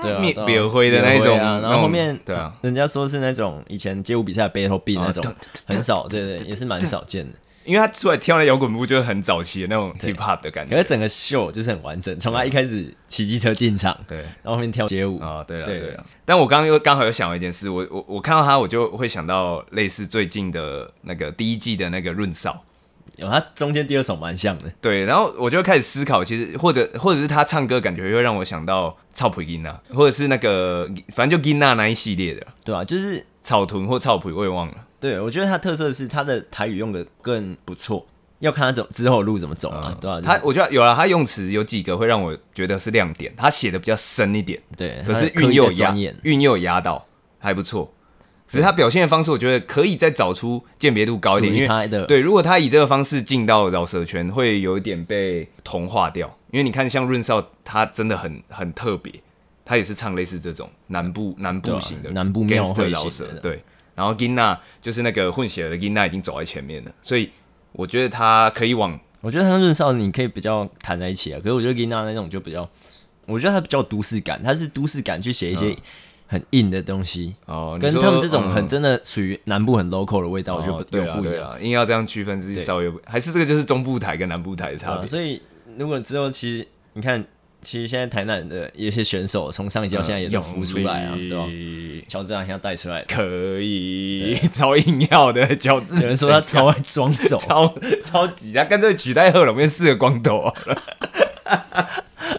Speaker 1: 对啊
Speaker 2: 灭
Speaker 1: 对啊
Speaker 2: 灭灰的那一
Speaker 1: 灭
Speaker 2: 种
Speaker 1: 啊
Speaker 2: 那
Speaker 1: 然后后
Speaker 2: 种
Speaker 1: 面
Speaker 2: 对啊，
Speaker 1: 人家说是那种以前街舞比赛的 battle beat
Speaker 2: 啊
Speaker 1: 那种
Speaker 2: 噔噔噔，
Speaker 1: 很少，对对，也是蛮少见的。
Speaker 2: 因为他出来跳那摇滚步就是很早期的那种 hip hop 的感
Speaker 1: 可是
Speaker 2: 觉。
Speaker 1: 整个秀就是很完整，从他一开始骑机车进场，
Speaker 2: 对
Speaker 1: 然后后面跳街舞，
Speaker 2: 啊，对了
Speaker 1: 对
Speaker 2: 对了，但我刚刚又刚好又想到一件事，我我我看到他我就会想到类似最近的那个第一季的那个润少，
Speaker 1: 有他中间第二首蛮像的，
Speaker 2: 对，然后我就开始思考，其实或者或者是他唱歌感觉会让我想到草普金娜，或者是那个反正就金娜那一系列的
Speaker 1: 对啊，就是
Speaker 2: 草屯或草普，我也忘了。
Speaker 1: 对我觉得他特色是他的台语用的更不错，要看他怎之后路怎么走啊，对啊，
Speaker 2: 他
Speaker 1: 就是
Speaker 2: 我觉得有了，他用词有几个会让我觉得是亮点，他写的比较深一点，
Speaker 1: 对，
Speaker 2: 可
Speaker 1: 他
Speaker 2: 是
Speaker 1: 刻意
Speaker 2: 运
Speaker 1: 地
Speaker 2: 又压
Speaker 1: 钻研，
Speaker 2: 运又压到还不错。只是他表现的方式，我觉得可以再找出鉴别度高一点，
Speaker 1: 属于
Speaker 2: 因为
Speaker 1: 他的
Speaker 2: 对，如果他以这个方式进到饶舌圈，会有一点被同化掉。因为你看，像润少，他真的很很特别，他也是唱类似这种南部南
Speaker 1: 对
Speaker 2: 部
Speaker 1: 啊
Speaker 2: 型的
Speaker 1: 南部庙会
Speaker 2: gangster 饶舌
Speaker 1: 型的，
Speaker 2: 对。然后 Gina 就是那个混血的 Gina 已经走在前面了，所以我觉得他可以往
Speaker 1: 我觉得他跟润少你可以比较谈在一起啊，可是我觉得 Gina 那种就比较，我觉得他比较有都市感，他是都市感去写一些很硬的东西，
Speaker 2: 嗯哦，你
Speaker 1: 跟
Speaker 2: 说
Speaker 1: 他们这种很
Speaker 2: 嗯
Speaker 1: 真的属于南部很 local 的味道，我觉得
Speaker 2: 哦
Speaker 1: 不
Speaker 2: 对
Speaker 1: 有
Speaker 2: 啦
Speaker 1: 不一
Speaker 2: 对
Speaker 1: 样。啊
Speaker 2: 啦，硬要这样区分是
Speaker 1: 对
Speaker 2: 稍微有不还是这个就是中部台跟南部台的差
Speaker 1: 啊，
Speaker 2: 别。
Speaker 1: 所以如果之后其实你看，其实现在台南的有些选手从上一季到现在也都浮出来啊，
Speaker 2: 嗯
Speaker 1: 对吧？
Speaker 2: 吧？
Speaker 1: 乔治亚现在带出来，
Speaker 2: 可以， 超硬要的乔治。，
Speaker 1: 有人说他超爱装手啊
Speaker 2: 超超级，他干脆取代贺龙变四个光头啊、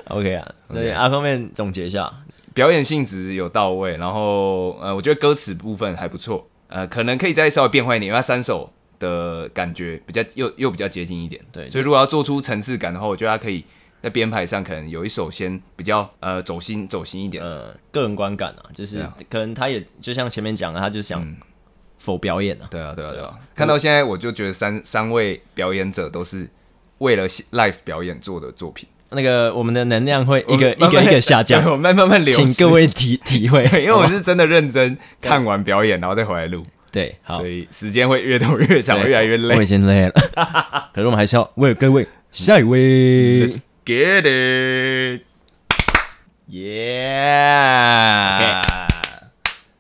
Speaker 1: OK 啊，对，阿方面总结一下，
Speaker 2: 表演性质有到位，然后呃，我觉得歌词部分还不错，呃，可能可以再稍微变换一点，因为它三首的感觉比较又又比较接近一点，
Speaker 1: 对
Speaker 2: 所以如果要做出层次感的话，我觉得它可以在编排上可能有一首先比较呃走心走心一点，
Speaker 1: 呃，个人观感啊，就是
Speaker 2: 对啊嗯
Speaker 1: 可能他也就像前面讲的，他就想否表演啊，
Speaker 2: 对啊，对啊，对
Speaker 1: 对
Speaker 2: 啊
Speaker 1: 啊！
Speaker 2: 看到现在，我就觉得三三位表演者都是为了 live 表演做的作品，
Speaker 1: 那个我们的能量会一个一
Speaker 2: 慢
Speaker 1: 个
Speaker 2: 慢
Speaker 1: 一个下
Speaker 2: 对
Speaker 1: 降，
Speaker 2: 我们慢慢流
Speaker 1: 请
Speaker 2: 失。
Speaker 1: 各，位体体会，
Speaker 2: 对，因为
Speaker 1: 好
Speaker 2: 我
Speaker 1: 吗
Speaker 2: 是真的认真看完表演，然后再回来录，
Speaker 1: 对好
Speaker 2: 所，以时间会越拖越长，
Speaker 1: 对
Speaker 2: 越来越累嗯
Speaker 1: 我。已经累 了，可是我们还是要为各位下一位。
Speaker 2: Let's get it, yeah.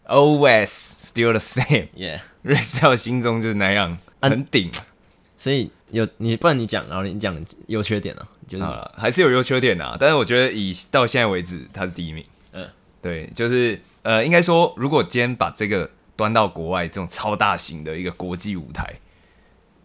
Speaker 2: Always still the same.
Speaker 1: Yeah，
Speaker 2: 瑞少心中就是那样，
Speaker 1: 嗯
Speaker 2: 很顶。
Speaker 1: 所以有你，不然你讲，然后你讲优缺点啊，就是
Speaker 2: 好了，还是有优缺点的、啊，但是我觉得以到现在为止，他是第一名。
Speaker 1: 嗯
Speaker 2: 对，就是呃，应该说，如果今天把这个端到国外这种超大型的一个国际舞台，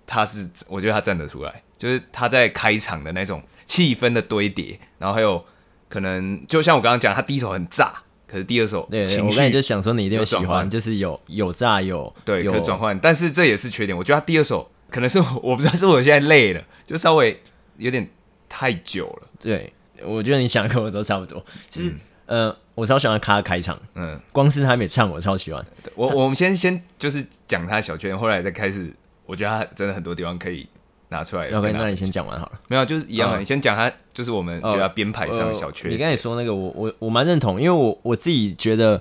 Speaker 2: 他是我觉得他站得出来，就是他在开场的那种气氛的堆叠，然后还有可能就像我刚刚讲，他第一首很炸，可是第二首
Speaker 1: 对，对
Speaker 2: 情
Speaker 1: 我刚才
Speaker 2: 绪
Speaker 1: 就想说你一定会喜
Speaker 2: 有转
Speaker 1: 欢，
Speaker 2: 换
Speaker 1: 就是有有炸有
Speaker 2: 对
Speaker 1: 有
Speaker 2: 可转换，但是这也是缺点。我觉得他第二首可能是我我不知道是我现在累了，就稍微有点太久了。
Speaker 1: 对，我觉得你想的跟我都差不多。其实，呃，我超喜欢他的开场，
Speaker 2: 嗯，
Speaker 1: 光是他没唱，我超喜欢。
Speaker 2: 对我我们先先就是讲他的小缺点，后来再开始，我觉得他真的很多地方可以拿出来跟他。
Speaker 1: OK，那你先讲完好了。
Speaker 2: 没有，就是一样的。
Speaker 1: 嗯哦
Speaker 2: 你先讲他，就是我们觉得他编排上的小缺
Speaker 1: 呃你
Speaker 2: 点。
Speaker 1: 刚才说那个我，我我蛮认同，因为我我自己觉得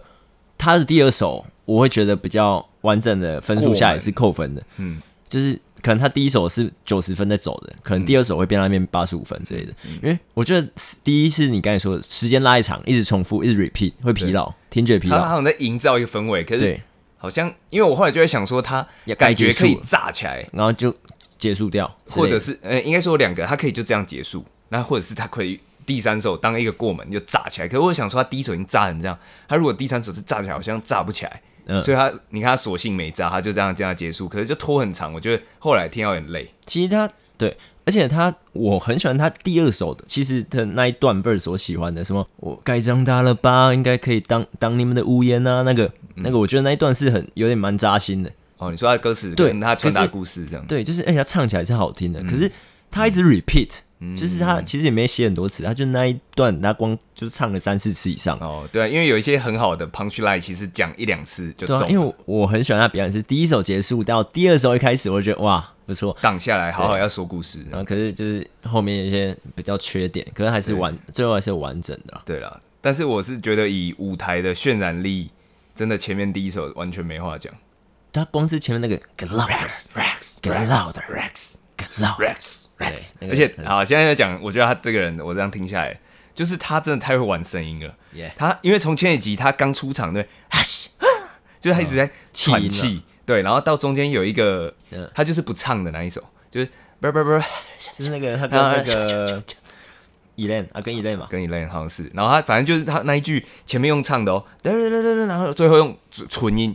Speaker 1: 他的第二首，我会觉得比较完整的分数下
Speaker 2: 过门
Speaker 1: 也是扣分的，
Speaker 2: 嗯，
Speaker 1: 就是可能他第一首是九十分在走的，可能第二首会变到那边八十五分之类的。因为我觉得是第一是你刚才说的时间拉一长，一直重复，一直 repeat 会疲劳，听觉疲
Speaker 2: 他他
Speaker 1: 劳。
Speaker 2: 好像在营造一个氛围，可是
Speaker 1: 对，
Speaker 2: 好像因为我后来就在想说，他
Speaker 1: 也该
Speaker 2: 感觉
Speaker 1: 结束
Speaker 2: 可以
Speaker 1: 了
Speaker 2: 炸起来，
Speaker 1: 然后就结束掉之类
Speaker 2: 或
Speaker 1: 的，
Speaker 2: 者是呃，应该说有两个，他可以就这样结束，那或者是他可以第三首当一个过门就炸起来。可是我想说，他第一首已经炸成这样，他如果第三首是炸起来，好像炸不起来。
Speaker 1: 嗯
Speaker 2: 所以他，你看他索性没炸，他就这样这样结束，可是就拖很长，我觉得后来听到有点累。
Speaker 1: 其实他对，而且他我很喜欢他第二首的，其实的那一段 verse 我喜欢的，什么我该长大了吧，应该可以当当你们的屋檐啊，那个、那个，我觉得那一段是很有点蛮扎心的，
Speaker 2: 哦，你说他的歌词
Speaker 1: 对
Speaker 2: 跟他传达
Speaker 1: 可是
Speaker 2: 故事这样，
Speaker 1: 对，就是而哎且他唱起来是好听的，可是他一直 repeat，、就是他其实也没写很多词，他就那一段他光就是唱了三四次以上。
Speaker 2: 哦，对啊，因为有一些很好的 punch line，其实讲一两次
Speaker 1: 对
Speaker 2: 就中
Speaker 1: 啊
Speaker 2: 了，，
Speaker 1: 因为我我很喜欢他表演，是第一首结束到第二首一开始，我就觉得哇不错，
Speaker 2: 挡下来，好好要说故事。
Speaker 1: 然后可是就是后面有一些比较缺点，可是还是完最后还是完整的啦。啊
Speaker 2: 对啊啦，但是我是觉得以舞台的渲染力，真的前面第一首完全没话讲。
Speaker 1: 他光是前面那个 get louder
Speaker 2: Rex
Speaker 1: get louder
Speaker 2: Rex
Speaker 1: get louder，
Speaker 2: Rex Rex，
Speaker 1: 对那个
Speaker 2: 而且
Speaker 1: 很
Speaker 2: 好，现在在讲，我觉得他这个人，我这样听下来，就是他真的太会玩声音了。
Speaker 1: Yeah
Speaker 2: 他因为从前几集他刚出场对， 就是他一直在
Speaker 1: 气音啊
Speaker 2: 喘气，对，然后到中间有一个
Speaker 1: 嗯，
Speaker 2: 他就是不唱的那一首，就是不不不。
Speaker 1: 就是那个他跟
Speaker 2: 啊
Speaker 1: 那个 Elen 啊，跟 Elen 嘛，
Speaker 2: 跟你类好像是，然后他反正就是他那一句前面用唱的哦，然后最后用纯纯音，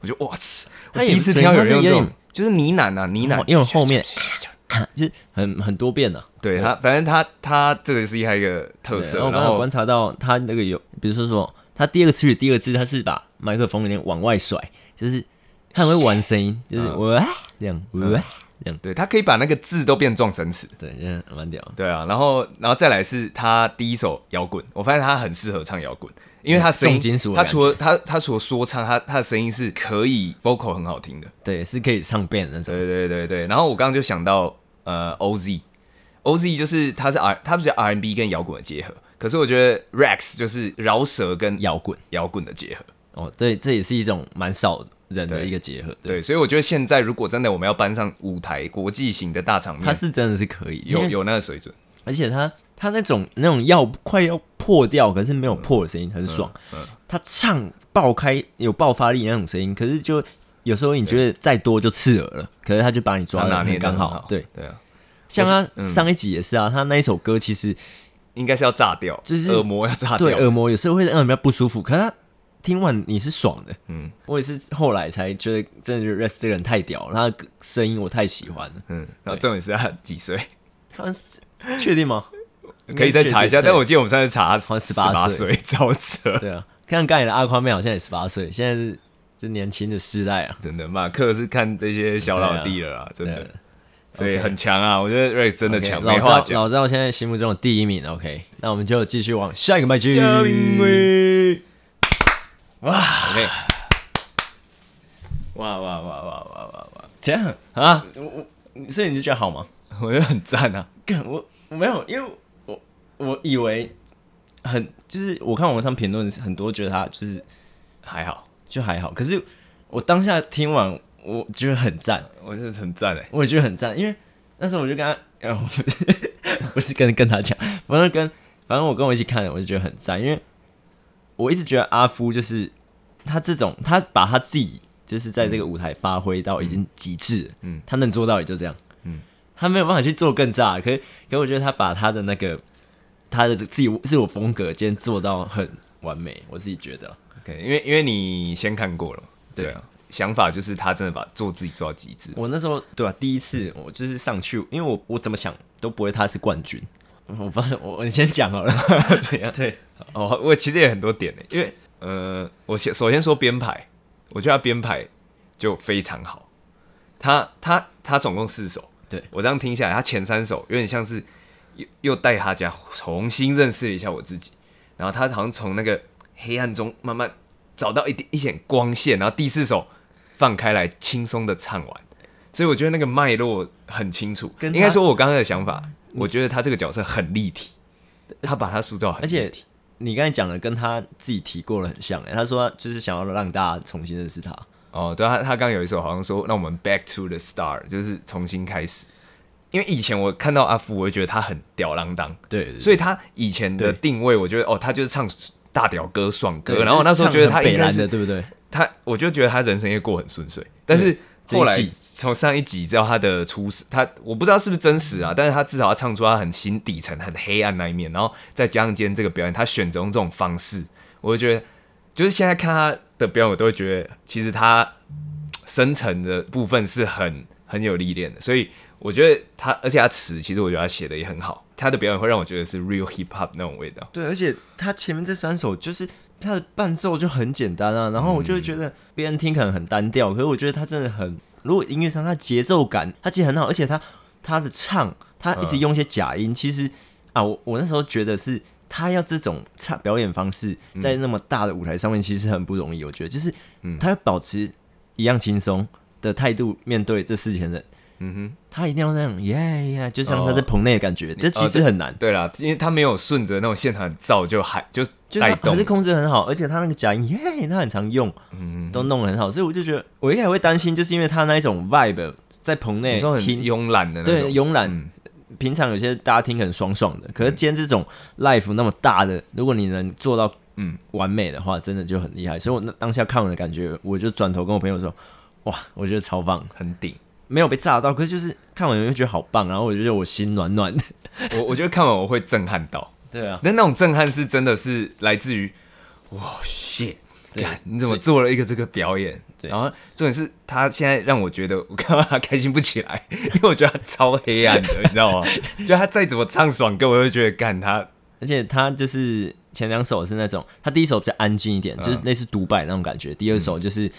Speaker 2: 我就哇塞，我
Speaker 1: 他
Speaker 2: 第
Speaker 1: 也
Speaker 2: 一
Speaker 1: 不
Speaker 2: 次
Speaker 1: 是
Speaker 2: 听到有人
Speaker 1: 纯
Speaker 2: 用
Speaker 1: 音
Speaker 2: 这
Speaker 1: 他是
Speaker 2: 种
Speaker 1: 用，
Speaker 2: 就是呢喃啊呢喃，
Speaker 1: 因为后 面就是很很多变的、啊。
Speaker 2: 对他，反正他他这个是一个特
Speaker 1: 对
Speaker 2: 色，
Speaker 1: 然后我刚
Speaker 2: 然
Speaker 1: 刚有
Speaker 2: 后
Speaker 1: 观察到他那个有，比如说什么，他第二个词语第二个字，他是把麦克风有点往外甩，就是他很会玩声音，就是
Speaker 2: 嗯
Speaker 1: 我、啊这样，我、啊这样，
Speaker 2: 对他可以把那个字都变撞声词，
Speaker 1: 对，就是蛮屌的。
Speaker 2: 对啊，然后然后再来是他第一首摇滚，我发现他很适合唱摇滚，因为他声音
Speaker 1: 重金属的
Speaker 2: 他
Speaker 1: 感觉
Speaker 2: 除了他他除了说唱，他他的声音是可以 vocal 很好听的，
Speaker 1: 对，是可以上遍的那种。
Speaker 2: 对对对对，然后我刚刚就想到呃，OZ。OZ 就是它是 R，它是 R&B 跟摇滚的结合。可是我觉得 Rex 就是饶舌跟
Speaker 1: 摇滚
Speaker 2: 摇滚的结合。
Speaker 1: 哦，对，这也是一种蛮少人的一个结合。对，
Speaker 2: 对，嗯所以我觉得现在如果真的我们要搬上舞台，国际型的大场面，
Speaker 1: 他是真的是可以，因
Speaker 2: 有
Speaker 1: 为
Speaker 2: 有那个水准。
Speaker 1: 而且他他那种那种要快要破掉，可是没有破的声音很爽。
Speaker 2: 嗯嗯
Speaker 1: 他唱爆开有爆发力那种声音，可是就有时候你觉得再多就刺耳了，可是他就把你抓
Speaker 2: 他拿
Speaker 1: 的
Speaker 2: 捏得
Speaker 1: 刚
Speaker 2: 很
Speaker 1: 好。对，
Speaker 2: 对啊，
Speaker 1: 像
Speaker 2: 我
Speaker 1: 他
Speaker 2: 觉
Speaker 1: 上一集也是啊，他那一首歌其实
Speaker 2: 应该是要炸掉，
Speaker 1: 就是
Speaker 2: 耳膜要炸
Speaker 1: 对
Speaker 2: 掉。
Speaker 1: 耳膜有时候会让人家不舒服，可是他听完你是爽的。
Speaker 2: 嗯
Speaker 1: 我也是后来才觉得，真的觉得 Rest 这个人太屌了，他的声音我太喜欢了。
Speaker 2: 嗯，然后重点是他几岁，
Speaker 1: 他是确定吗？
Speaker 2: 可以再查一下。
Speaker 1: 应该确定
Speaker 2: 但我记得我们上次查
Speaker 1: 好像
Speaker 2: 十
Speaker 1: 18
Speaker 2: 岁， 超 扯。
Speaker 1: 对啊，看刚才的阿宽妹好像也十八岁，现在是这年轻的世代啊。
Speaker 2: 真的，马克是看这些小老弟了啦，真
Speaker 1: 对
Speaker 2: 的
Speaker 1: 啊，
Speaker 2: 所以很强啊！我觉得 Rex 真的
Speaker 1: OK，
Speaker 2: 强，
Speaker 1: 老
Speaker 2: 没
Speaker 1: 赵
Speaker 2: 话讲。
Speaker 1: 老赵现在心目中的第一名。OK，那我们就继续往下一个麦去。
Speaker 2: 为
Speaker 1: ，OK，
Speaker 2: 哇哇哇哇哇哇哇！
Speaker 1: 这样啊，我我，所以你就觉得好吗？
Speaker 2: 我觉得很赞啊！
Speaker 1: 干我我没有，因为我我以为很就是我看网上评论很多觉得他就是
Speaker 2: 还好，
Speaker 1: 就还好，可是我当下听完我觉得很赞，
Speaker 2: 我觉得很赞哎、
Speaker 1: 我也觉得很赞，因为那时候我就跟他，呃，我不是不是跟跟他讲，反正跟反正我跟我一起看的，我就觉得很赞，因为我一直觉得阿夫就是他这种，他把他自己就是在这个舞台发挥到已经极致了，
Speaker 2: 嗯
Speaker 1: 嗯，他能做到也就这样，
Speaker 2: 嗯
Speaker 1: 嗯，他没有办法去做更炸，可是可我觉得他把他的那个他的自己自我风格今天做到很完美，我自己觉得，
Speaker 2: OK，因为因为你先看过了嘛，
Speaker 1: 对
Speaker 2: 对啊，想法就是他真的把做自己做到极致。
Speaker 1: 我那时候对啊，第一次我就是上去，因为我我怎么想都不会他是冠军。 我发现我你先讲 好了，怎样？对，
Speaker 2: 哦，我其实也很多点呢、因为呃，我先首先说编排，我觉得他编排就非常好。他他他总共四首，
Speaker 1: 对
Speaker 2: 我这样听下来，他前三首有点像是又又带他家重新认识了一下我自己，然后他好像从那个黑暗中慢慢找到一点一点光线，然后第四首放开来轻松的唱完，所以我觉得那个脉络很清楚。
Speaker 1: 跟他嗯
Speaker 2: 应该说我刚刚的想法，我觉得他这个角色很立体，他把他塑造很
Speaker 1: 而
Speaker 2: 立体，
Speaker 1: 且你刚才讲的跟他自己提过了很像、欸，他说他就是想要让大家重新认识他，
Speaker 2: 哦，对啊他他刚刚有一首好像说，让我们 back to the start，就是重新开始。因为以前我看到阿福，我会觉得他很吊郎当，
Speaker 1: 对对对
Speaker 2: 所以他以前的
Speaker 1: 对
Speaker 2: 定位，我觉得哦，他就是唱大屌歌、爽
Speaker 1: 对
Speaker 2: 歌，然后我那时候觉得他
Speaker 1: 唱很北
Speaker 2: 应该
Speaker 1: 蓝的，
Speaker 2: 是
Speaker 1: 对不对？
Speaker 2: 他，我就觉得他人生应该过很顺遂。但是
Speaker 1: 这一
Speaker 2: 后来
Speaker 1: 季
Speaker 2: 从上一集知道他的出身，他我不知道是不是真实
Speaker 1: 嗯
Speaker 2: 啊，但是他至少他唱出他很心底层很黑暗那一面，然后再加上今天这个表演，他选择用这种方式，我就觉得就是现在看他的表演，我都会觉得其实他深层的部分是很很有历练的，所以我觉得他，而且他词其实我觉得他写的也很好，他的表演会让我觉得是 real hip hop 那种味道。
Speaker 1: 对，而且他前面这三首就是他的伴奏就很简单啊，然后我就会觉得别人听可能很单调，可是我觉得他真的很，如果音乐上他节奏感，他其实很好，而且他他的唱，他一直用一些假音，其实啊，我我那时候觉得是。他要这种唱表演方式，在那么大的舞台上面，其实很不容易。我觉得，就是他要保持一样轻松的态度面对这四千人，
Speaker 2: 嗯哼。
Speaker 1: 他一定要那样耶耶，就像他
Speaker 2: 哦
Speaker 1: 在棚内的感觉，这其实很难。
Speaker 2: 对啦，因为他没有顺着那种现场的造就还就
Speaker 1: 就是
Speaker 2: 带
Speaker 1: 他还
Speaker 2: 动嗯
Speaker 1: 是，控制得很好，而且他那个假音耶，他很常用，都弄得很好，所以我就觉得我一开始会担心，就是因为他那一种 vibe 在棚内
Speaker 2: 你说很
Speaker 1: 听，
Speaker 2: 慵懒的那
Speaker 1: 对
Speaker 2: 种，
Speaker 1: 慵懒、
Speaker 2: 嗯
Speaker 1: 平常有些大家听可能爽爽的，可是今天这种 l i f e 那么大的，如果你能做到
Speaker 2: 嗯
Speaker 1: 完美的话，真的就很厉害。所以我那当下看完的感觉，我就转头跟我朋友说：“哇，我觉得超棒，
Speaker 2: 很顶。
Speaker 1: 没有被炸到，可是就是看完就觉得好棒，然后我就觉得我心暖暖的。
Speaker 2: 我我觉得看完我会震撼到，”
Speaker 1: 对 啊，
Speaker 2: 但那种震撼是真的是来自于哇 shit，
Speaker 1: 对
Speaker 2: 干你怎
Speaker 1: 所
Speaker 2: 么
Speaker 1: 以
Speaker 2: 做了一个这个表演？
Speaker 1: 对
Speaker 2: 然后重点是他现在让我觉得 我看到他开心不起来， 因为我觉得他超黑暗的，你 知道吗？就他再怎么唱爽歌，我会觉得干他
Speaker 1: 而且他就是前两首是那种，他第一首比较安静一点，就是类似独白那种感觉；第二首就是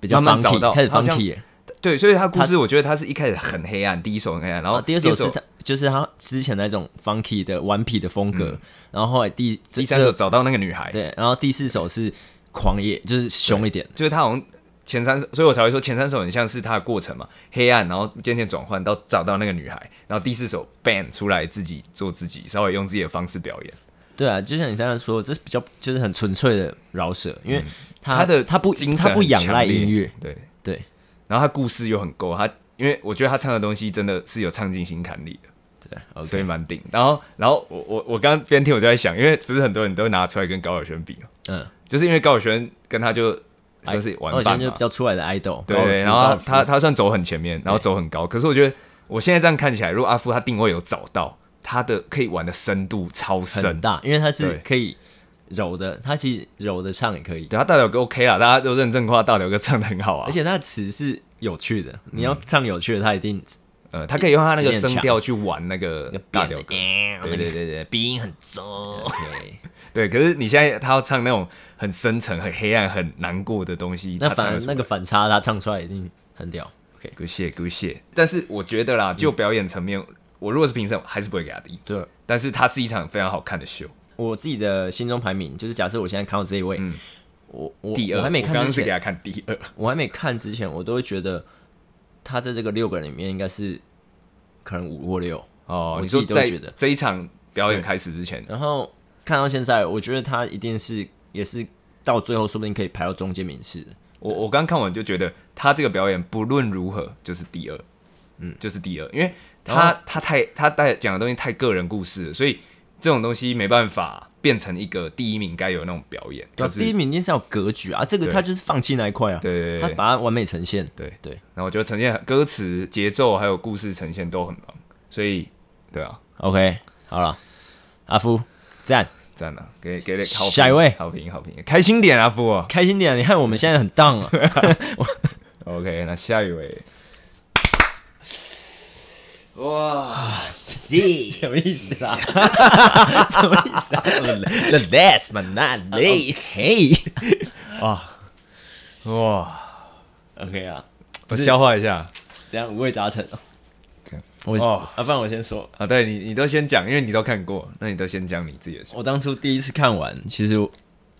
Speaker 1: 比较 funky，
Speaker 2: 嗯慢慢找到
Speaker 1: 开始
Speaker 2: 好像
Speaker 1: funky 耶。
Speaker 2: 对，所以他故事我觉得他是一开始很黑暗，哦第一首很黑暗，
Speaker 1: 然
Speaker 2: 然后
Speaker 1: 后哦第二首是他就是他之前那种 funky 的顽皮的风格，然后后来第
Speaker 2: 嗯第
Speaker 1: 第
Speaker 2: 三首找到那个女孩，
Speaker 1: 对，然后第四首是狂野，就是凶一点。
Speaker 2: 就是他好像前三，所以我才会说前三首很像是他的过程嘛，黑暗，然后渐渐转换到找到那个女孩，然后第四首 ban 出来自己做自己，稍微用自己的方式表演。
Speaker 1: 对啊，就像你刚才说，这是比较就是很纯粹的饶舌，因为他
Speaker 2: 嗯的
Speaker 1: 他不
Speaker 2: 精神
Speaker 1: 他不
Speaker 2: 很
Speaker 1: 仰
Speaker 2: 强
Speaker 1: 赖
Speaker 2: 烈
Speaker 1: 音乐，
Speaker 2: 对，
Speaker 1: 对
Speaker 2: 然后他故事又很够，他因为我觉得他唱的东西真的是有唱进心坎里的，
Speaker 1: 对
Speaker 2: 所
Speaker 1: ，OK，
Speaker 2: 以蛮顶。然后，然后我我我刚刚边听我就在想，因为不是很多人都拿出来跟高晓轩比嘛，
Speaker 1: 嗯，
Speaker 2: 就是因为高晓轩跟他就算是玩
Speaker 1: 我以
Speaker 2: 伴
Speaker 1: 前就
Speaker 2: 嘛
Speaker 1: 比，较出来的 idol，高尔
Speaker 2: 对，
Speaker 1: 夫
Speaker 2: 然
Speaker 1: 高
Speaker 2: 后
Speaker 1: 尔夫
Speaker 2: 他他他算走很前面，然后走很高。可是我觉得我现在这样看起来，如果阿富他定位有找到，他的可以玩的深度超
Speaker 1: 很
Speaker 2: 深。
Speaker 1: 大，因为它是
Speaker 2: 对
Speaker 1: 可以揉的，它其实揉的唱也可以，
Speaker 2: 对他大屌哥 OK 啦，大家都认证过他大屌哥唱的很好 啊，
Speaker 1: 而且它的词是有趣的，你要唱有趣的，它一定
Speaker 2: 呃，他可以用他那个
Speaker 1: 一定很
Speaker 2: 声调去玩那个大屌哥，对对
Speaker 1: 对对，鼻音很重。 对，
Speaker 2: 对。可是你现在他要唱那种很深沉、很黑暗、很难过的东西，
Speaker 1: 那
Speaker 2: 他唱
Speaker 1: 反
Speaker 2: 得
Speaker 1: 而
Speaker 2: 出来
Speaker 1: 那个反差，它唱出来一定很屌。OK，
Speaker 2: good shit good shit。但是我觉得啦，就表演层面，我如果是评审，我还是不会给他低。
Speaker 1: 对
Speaker 2: 但是它是一场非常好看的秀，
Speaker 1: 我自己的心中排名，就是假设我现在看到这一位，我我
Speaker 2: 第二，
Speaker 1: 嗯我还没
Speaker 2: 我刚
Speaker 1: 看
Speaker 2: 刚
Speaker 1: 之
Speaker 2: 是给
Speaker 1: 前，
Speaker 2: 他看第二。
Speaker 1: 我还没看之前，我都会觉得他在这个六个人里面应该是可能五或六。
Speaker 2: 哦
Speaker 1: 我，
Speaker 2: 你
Speaker 1: 自
Speaker 2: 说
Speaker 1: 己都
Speaker 2: 在
Speaker 1: 觉得
Speaker 2: 这一场表演开始之前，
Speaker 1: 然后看到现在，我觉得他一定是也是到最后，说不定可以排到中间名次的。
Speaker 2: 我我刚看完就觉得他这个表演不论如何就是第二，嗯，就是第二，因为
Speaker 1: 然
Speaker 2: 他他太他带讲的东西太个人故事了，所以这种东西没办法变成一个第一名该有那种表演，
Speaker 1: 对
Speaker 2: 就
Speaker 1: 啊，
Speaker 2: 是
Speaker 1: 第一名一定是要有格局啊，这个
Speaker 2: 对
Speaker 1: 他就是放弃那一块啊，
Speaker 2: 对对
Speaker 1: 他
Speaker 2: 对
Speaker 1: 把它完美呈现。
Speaker 2: 对，
Speaker 1: 对，
Speaker 2: 然后我觉得呈现歌词、节奏还有故事呈现都很棒，所以对啊，
Speaker 1: OK，好了，阿夫赞，
Speaker 2: 赞了，给给点好评
Speaker 1: 下一位
Speaker 2: 好评好评，开心点啊，夫哦
Speaker 1: 开心点啊，你看我们现在很 down 啊。
Speaker 2: ，OK，那下一位，哇。
Speaker 1: 什么意思啦？ 什么意思啊？The last but not least，嘿
Speaker 2: 哇，
Speaker 1: ，OK 啊，
Speaker 2: 我消化一下。
Speaker 1: 这样五味杂陈哦。我、
Speaker 2: 哦
Speaker 1: 啊，不然我先说，
Speaker 2: 啊，对你，你都先讲，因为你都看过，那你都先讲你自己的。
Speaker 1: 我当初第一次看完，其实我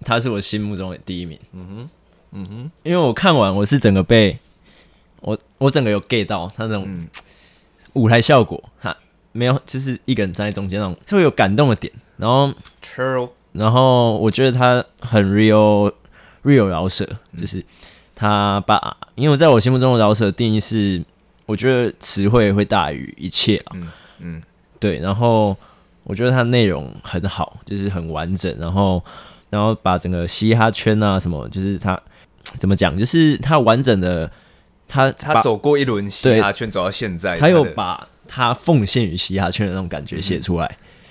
Speaker 1: 他是我心目中的第一名。嗯哼，嗯哼，因为我看完，我是整个被我我整个有 get 到他那种
Speaker 2: 嗯
Speaker 1: 舞台效果，哈，没有，就是一个人站在中间那种，就会有感动的点。然后，
Speaker 2: Churl，
Speaker 1: 然后我觉得他很 real real 饶舌，就是他把，因为在我心目中的饶舌定义是，我觉得词汇会大于一切啊。
Speaker 2: 嗯嗯
Speaker 1: 对，然后我觉得它内容很好，就是很完整，然后然后把整个嘻哈圈啊什么，就是它怎么讲，就是它完整的，它
Speaker 2: 他
Speaker 1: 把
Speaker 2: 走过一轮嘻
Speaker 1: 对
Speaker 2: 哈圈，走到现在，
Speaker 1: 它有
Speaker 2: 的嗯
Speaker 1: 把它奉献于嘻哈圈的那种感觉写出来。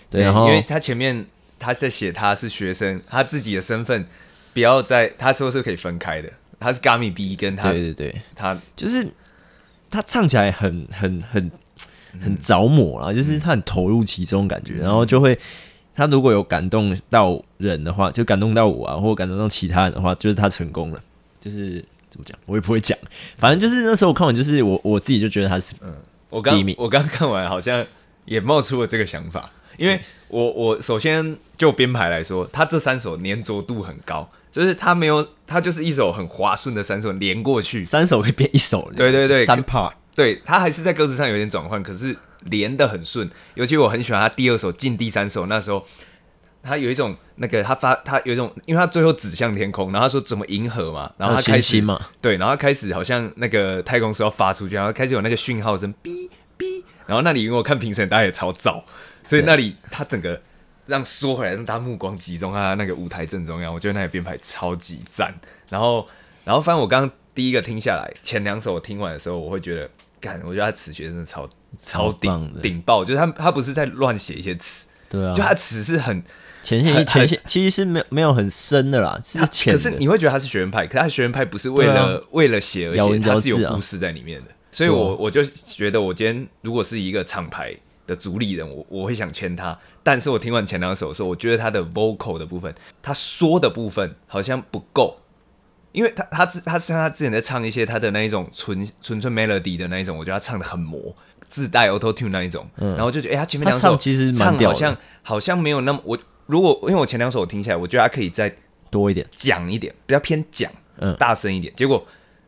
Speaker 1: 对，
Speaker 2: 对，
Speaker 1: 然后
Speaker 2: 因为他前面他在写他是学生，他自己的身份不要在他说是可以分开的，他是 Gummy B 跟他
Speaker 1: 对对对，
Speaker 2: 他
Speaker 1: 就是他唱起来很很很
Speaker 2: 嗯
Speaker 1: 很着魔啦，就是他很投入其中感觉，然后就会他如果有感动到人的话，就感动到我啊，或感动到其他人的话，就是他成功了，就是怎么讲，我也不会讲，反正就是那时候我看完，就是我我自己就觉得他是
Speaker 2: 嗯我
Speaker 1: 第一
Speaker 2: 刚
Speaker 1: 名
Speaker 2: 我刚看完好像也冒出了这个想法，因为我我首先就编排来说，他这三首粘着度很高，就是他没有他就是一首很滑顺的三首连过去，
Speaker 1: 三首可以变一首，
Speaker 2: 对对对
Speaker 1: 三 part，
Speaker 2: 对他还是在歌词上有点转换，可是连的很顺。尤其我很喜欢他第二首进第三首那时候，他有一种那个他发他有一种，因为他最后指向天空，然后他说怎么银河嘛，然后他
Speaker 1: 还有
Speaker 2: 开
Speaker 1: 星
Speaker 2: 始
Speaker 1: 星嘛，
Speaker 2: 对，然后他开始好像那个太空是要发出去，然后开始有那个讯号声哔哔，然后那里因为我看评审大家也超早，所以那里他整个。让缩回来，让大家目光集中在他那个舞台正中央，我觉得那里编排超级赞。然后，然后反正我刚刚第一个听下来，前两首我听完的时候，我会觉得，干，我觉得他词学真的超超
Speaker 1: 棒
Speaker 2: 顶
Speaker 1: 的
Speaker 2: 顶爆，就是他他不是在乱写一些词，
Speaker 1: 对
Speaker 2: 就
Speaker 1: 啊，
Speaker 2: 他词是很
Speaker 1: 前线一
Speaker 2: 很
Speaker 1: 前线其实是没有没有很深的啦，是浅
Speaker 2: 可
Speaker 1: 的，啊
Speaker 2: 是你会觉得他是学院派，可是他学院派不是为了、为了写而
Speaker 1: 咬
Speaker 2: 写，
Speaker 1: 文嚼字啊啊
Speaker 2: 他是有故事在里面的。所以我，我就觉得，我今天如果是一个厂牌的主理人，我我会想签他。但是我听完前两首的时候，我觉得他的 vocal 的部分，他说的部分好像不够，因为他他之他像他之前在唱一些他的那一种纯纯粹 melody 的那一种，我觉得他唱的很魔，自带 auto tune 那一种，然后就觉得哎、他前面两
Speaker 1: 嗯他
Speaker 2: 首
Speaker 1: 唱其实蛮屌
Speaker 2: 好
Speaker 1: 的
Speaker 2: 像好像没有那么我如果因为我前两首我听起来，我觉得他可以在
Speaker 1: 多一点，
Speaker 2: 讲一点，比较偏讲，
Speaker 1: 嗯
Speaker 2: 大声一点。结果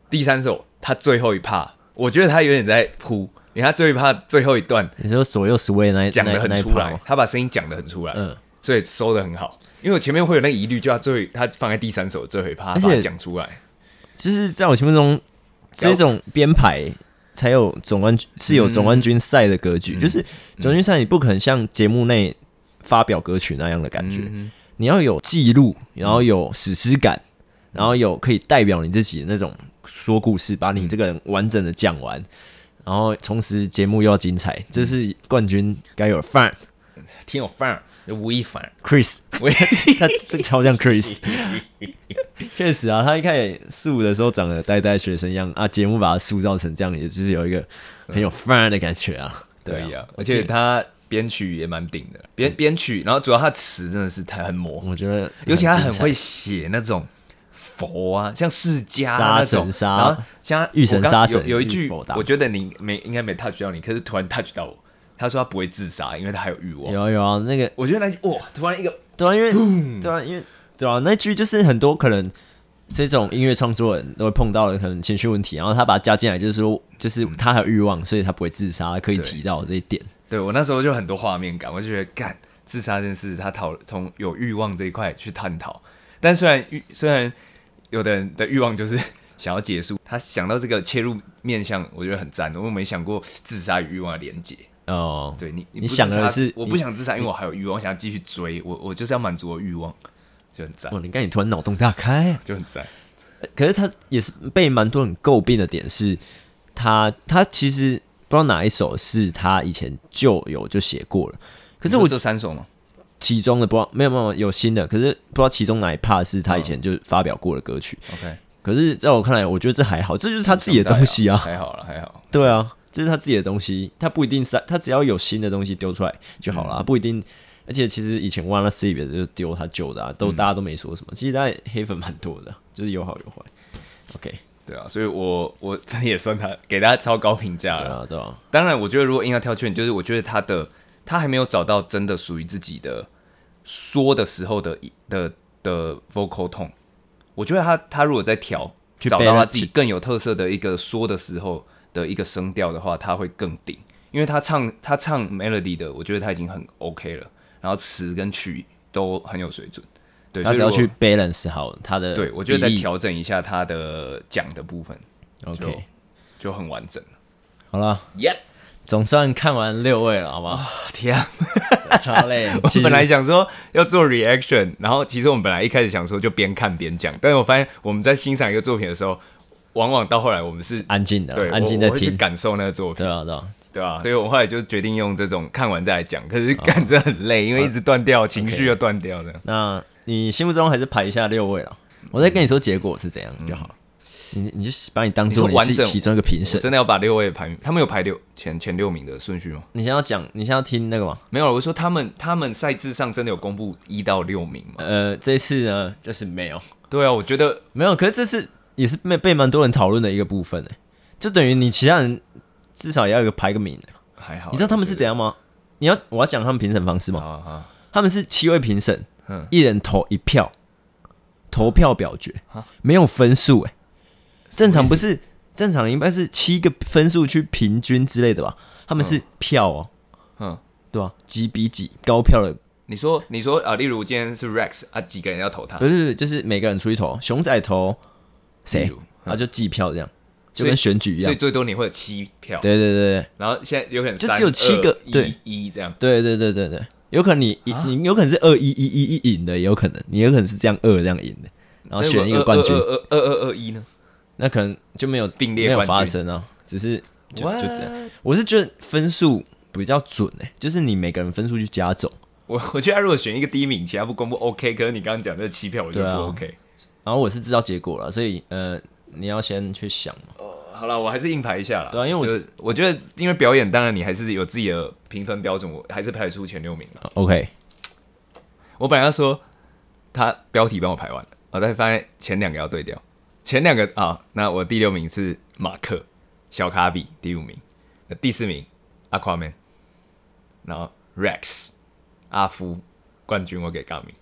Speaker 2: 第三首他最后一趴，我觉得他有点在哭，你看他最后一趴最后一段
Speaker 1: 你说左右 sway 那一
Speaker 2: 讲的
Speaker 1: 那
Speaker 2: 很
Speaker 1: 那一
Speaker 2: 出
Speaker 1: part 哦
Speaker 2: 来
Speaker 1: 吗，
Speaker 2: 他把声音讲的很出来，
Speaker 1: 嗯
Speaker 2: 所以收的很好。因为我前面会有那个疑虑，就他最后他放在第三首最后一趴，
Speaker 1: 而
Speaker 2: 他
Speaker 1: 且
Speaker 2: 把它讲出来，
Speaker 1: 就是在我心目中，这种编排才有总冠军是有总冠军赛的格局，就是总冠军赛你不可能像节目内发表歌曲那样的感觉，你要有记录，然后有史诗感，然后有可以代表你自己的那种说故事，把你这个人完整的讲完。然后同时节目又要精彩，这是冠军该有的范儿。
Speaker 2: 挺有范儿，吴亦凡。
Speaker 1: Chris，
Speaker 2: 我也
Speaker 1: 他这超像 Chris，确实啊，他一开始素的时候长得呆呆学生样啊，节目把他塑造成这样，也就是有一个很有范儿的感觉啊。
Speaker 2: 可以
Speaker 1: 啊
Speaker 2: 啊，，而且他编曲也蛮顶的，
Speaker 1: 嗯
Speaker 2: 编编曲，然后主要他词真的是太很魔，
Speaker 1: 我觉得，
Speaker 2: 尤其他很
Speaker 1: 精彩
Speaker 2: 会写那种佛啊，像释迦啊
Speaker 1: 杀
Speaker 2: 那种
Speaker 1: 神杀
Speaker 2: 然后像他
Speaker 1: 遇神
Speaker 2: 我刚
Speaker 1: 杀神
Speaker 2: 有有一
Speaker 1: 遇
Speaker 2: 句
Speaker 1: 佛打，
Speaker 2: 我觉得你没应该没 touch 到你，可是突然 touch 到我，他说他不会自杀，因为他还有欲望。
Speaker 1: 有啊有啊，那个
Speaker 2: 我觉得那句哇，突然一个
Speaker 1: 对啊，因为对啊，因为对啊，那句就是很多可能这种音乐创作人都会碰到的可能情绪问题，然后他把它加进来，就是说，就是他还有欲望，所以他不会自杀，可以提到这一点。
Speaker 2: 对我那时候就很多画面感，我就觉得干自杀这件事，他讨从有欲望这一块去探讨。但虽然欲虽然有的人的欲望就是想要结束，他想到这个切入面向，我觉得很赞。我没想过自杀与欲望的连接。
Speaker 1: 哦，
Speaker 2: 对你，
Speaker 1: 你
Speaker 2: 不
Speaker 1: 想
Speaker 2: 自
Speaker 1: 的
Speaker 2: 杀
Speaker 1: 是
Speaker 2: 我
Speaker 1: 你
Speaker 2: 不想自杀，因为我还有欲望，我想要继续追，我我就是要满足我的欲望，就很赞
Speaker 1: 哇，，你看你突然脑洞大开、啊。
Speaker 2: 就很赞。
Speaker 1: 可是他也是被蛮多人诟病的点是，他他其实不知道哪一首是他以前就有就写过了，可
Speaker 2: 可
Speaker 1: 是我
Speaker 2: 这三首吗？
Speaker 1: 其中的不知道没有没有有新的，可是不知道其中哪一 part 是他以前就发表过的歌曲。
Speaker 2: OK，
Speaker 1: 可是在我看来，我觉得这还好，这就是他 自己的东西啊，
Speaker 2: 还好了，还好。
Speaker 1: 对啊，这是他自己的东西，他不一定是他只要有新的东西丢出来就好了，不一定。而且其实以前 One l a s e 也就是丢他旧的啊，都大家都没说什么，其实大家也黑粉蛮多的，就是有好有坏。OK，
Speaker 2: 对啊，所以我我 这也算他给大家超高评价
Speaker 1: 对
Speaker 2: 了。
Speaker 1: 啊，对啊，
Speaker 2: 当然，我觉得如果硬要挑缺点，就是我觉得他的他还没有找到真的属于自己的说的时候的的的 vocal tone。我觉得他他如果在调，
Speaker 1: 去
Speaker 2: 找到他
Speaker 1: balance
Speaker 2: 自己更有特色的一个说的时候的一个声调的话，他会更顶。因为他唱他唱 melody 的，我觉得他已经很 OK 了，然后词跟曲都很有水准。对，
Speaker 1: 他只
Speaker 2: 所以
Speaker 1: 要
Speaker 2: 如果
Speaker 1: 去 balance 好他的比例，
Speaker 2: 对我觉得再调整一下他的讲的部分
Speaker 1: OK，
Speaker 2: 就很完整了。
Speaker 1: 好了，
Speaker 2: 耶、
Speaker 1: 总算看完六位了，好不好？
Speaker 2: 天啊！
Speaker 1: 超累，
Speaker 2: 我
Speaker 1: 其实
Speaker 2: 本来想说要做 reaction，然后其实我们本来一开始想说就边看边讲，但是我发现我们在欣赏一个作品的时候，往往到后来我们是
Speaker 1: 安静的
Speaker 2: 对
Speaker 1: 啦，啊安静
Speaker 2: 我
Speaker 1: 在
Speaker 2: 我会去
Speaker 1: 听，
Speaker 2: 感受那个作品，
Speaker 1: 对啊，对啊，
Speaker 2: 对吧、所以我们后来就决定用这种看完再来讲，可是感觉很累，因为一直断掉，情绪又断掉的。
Speaker 1: 那你心目中还是排一下六位了，我再跟你说结果是怎样就好了。你你就把你当做
Speaker 2: 嗯你
Speaker 1: 你
Speaker 2: 说完
Speaker 1: 是
Speaker 2: 整
Speaker 1: 其中一个评审
Speaker 2: 我，真的要把六位排名，他们有排六前前六名的顺序吗？
Speaker 1: 你先要讲，你先要听那个嘛？
Speaker 2: 没有，啊我是说他们他们赛制上真的有公布一到六名吗？
Speaker 1: 呃，这一次呢，就是没有，
Speaker 2: 对啊，我觉得
Speaker 1: 没有。可是这次也是被被蛮多人讨论的一个部分诶，就等于你其他人至少也要有个排个名。
Speaker 2: 还好。
Speaker 1: 你知道他们是怎
Speaker 2: 样
Speaker 1: 样吗？你要我要讲他们评审方式吗？
Speaker 2: 啊啊？
Speaker 1: 他们是七位评审
Speaker 2: 嗯，
Speaker 1: 一人投一票，投票表决
Speaker 2: 啊，
Speaker 1: 没有分数哎、正常不是正常应该是七个分数去平均之类的吧？他们是票哦，
Speaker 2: 嗯。
Speaker 1: 对吧、几比几高票的，
Speaker 2: 你说，你说啊，例如今天是 Rex 啊，几个人要投他
Speaker 1: 不？是不是就是每个人出去投，熊仔投谁，
Speaker 2: 例如嗯
Speaker 1: 然后就计票这样，就
Speaker 2: 所以
Speaker 1: 跟选举一
Speaker 2: 所
Speaker 1: 样
Speaker 2: 以。最多你会有七票，
Speaker 1: 对对对
Speaker 2: 然后现在有可能
Speaker 1: 就
Speaker 2: 三
Speaker 1: 只有七个
Speaker 2: 二一
Speaker 1: 对
Speaker 2: 一这样，
Speaker 1: 对对对对对对，有可能你
Speaker 2: 啊
Speaker 1: 你你有可能是二一一一一赢的，也有可能你有可能是这样二这样赢的，然后选一个冠军
Speaker 2: 二。二二二二二一呢？
Speaker 1: 那可能就没有
Speaker 2: 并列
Speaker 1: 没有
Speaker 2: 冠军
Speaker 1: 发生啊，只是就就这样。
Speaker 2: 样。
Speaker 1: 我是觉得分数比较准诶、就是你每个人分数去加总，
Speaker 2: 我我觉得他如果选一个第一名，其他不公布 OK，可是你刚刚讲这七票，我觉得
Speaker 1: 啊
Speaker 2: 不 OK。
Speaker 1: 然后我是知道结果了，所以呃，你要先去想嘛。
Speaker 2: 好了，我还是硬排一下了。
Speaker 1: 对啊因为我
Speaker 2: 就是我觉得，因为表演，当然你还是有自己的评分标准，我还是排出前六名了。
Speaker 1: OK，
Speaker 2: 我本来要说他标题帮我排完了，我但发现前两个要对调，前两个啊，那我第六名是马克小卡比，第五名，那第四名 Aquaman，然后 Rex 阿夫冠军我给高明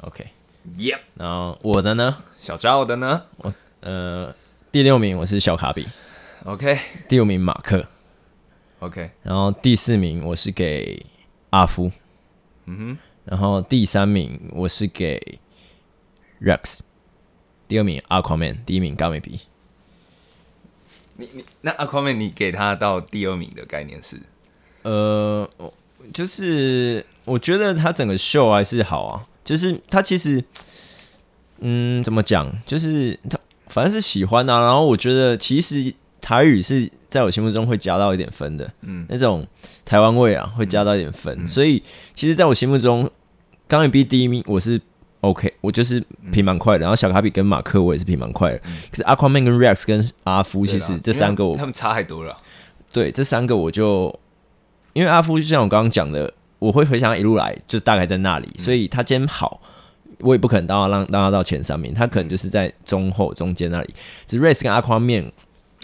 Speaker 1: OK，
Speaker 2: ，Yep，
Speaker 1: 然后我的呢，
Speaker 2: 小赵的呢
Speaker 1: 我呃第六名我是小卡比，
Speaker 2: ？OK
Speaker 1: 第五名马克，
Speaker 2: OK，
Speaker 1: 然后第四名我是给阿夫，
Speaker 2: 嗯
Speaker 1: 然后第三名我是给 Rex，第二名 Aquaman，第一名高美比。
Speaker 2: 哼，你你那 Aquaman 你给他到第二名的概念是
Speaker 1: 呃，我就是我觉得他整个秀还是好啊，就是他其实，嗯，怎么讲，就是他反正是喜欢啊。然后我觉得其实台语是在我心目中会加到一点分的，
Speaker 2: 嗯
Speaker 1: 那种台湾味啊会加到一点分，所以其实在我心目中，刚一 B 第一名我是 OK，我就是评蛮
Speaker 2: 嗯
Speaker 1: 快的。然后小卡比跟马克我也是评蛮快的，可是 Aquaman 跟 Rex 跟阿夫
Speaker 2: 对
Speaker 1: 其
Speaker 2: 啦
Speaker 1: 实这三个
Speaker 2: 因
Speaker 1: 我
Speaker 2: 为他们差太多了，啊
Speaker 1: 对，这三个我就因为阿夫就像我刚刚讲的，我会回想他一路来，就是大概在那里，所以他今天好，我也不可能到让让他到前三名，他可能就是在中后中间那里。只是 race 跟阿宽面，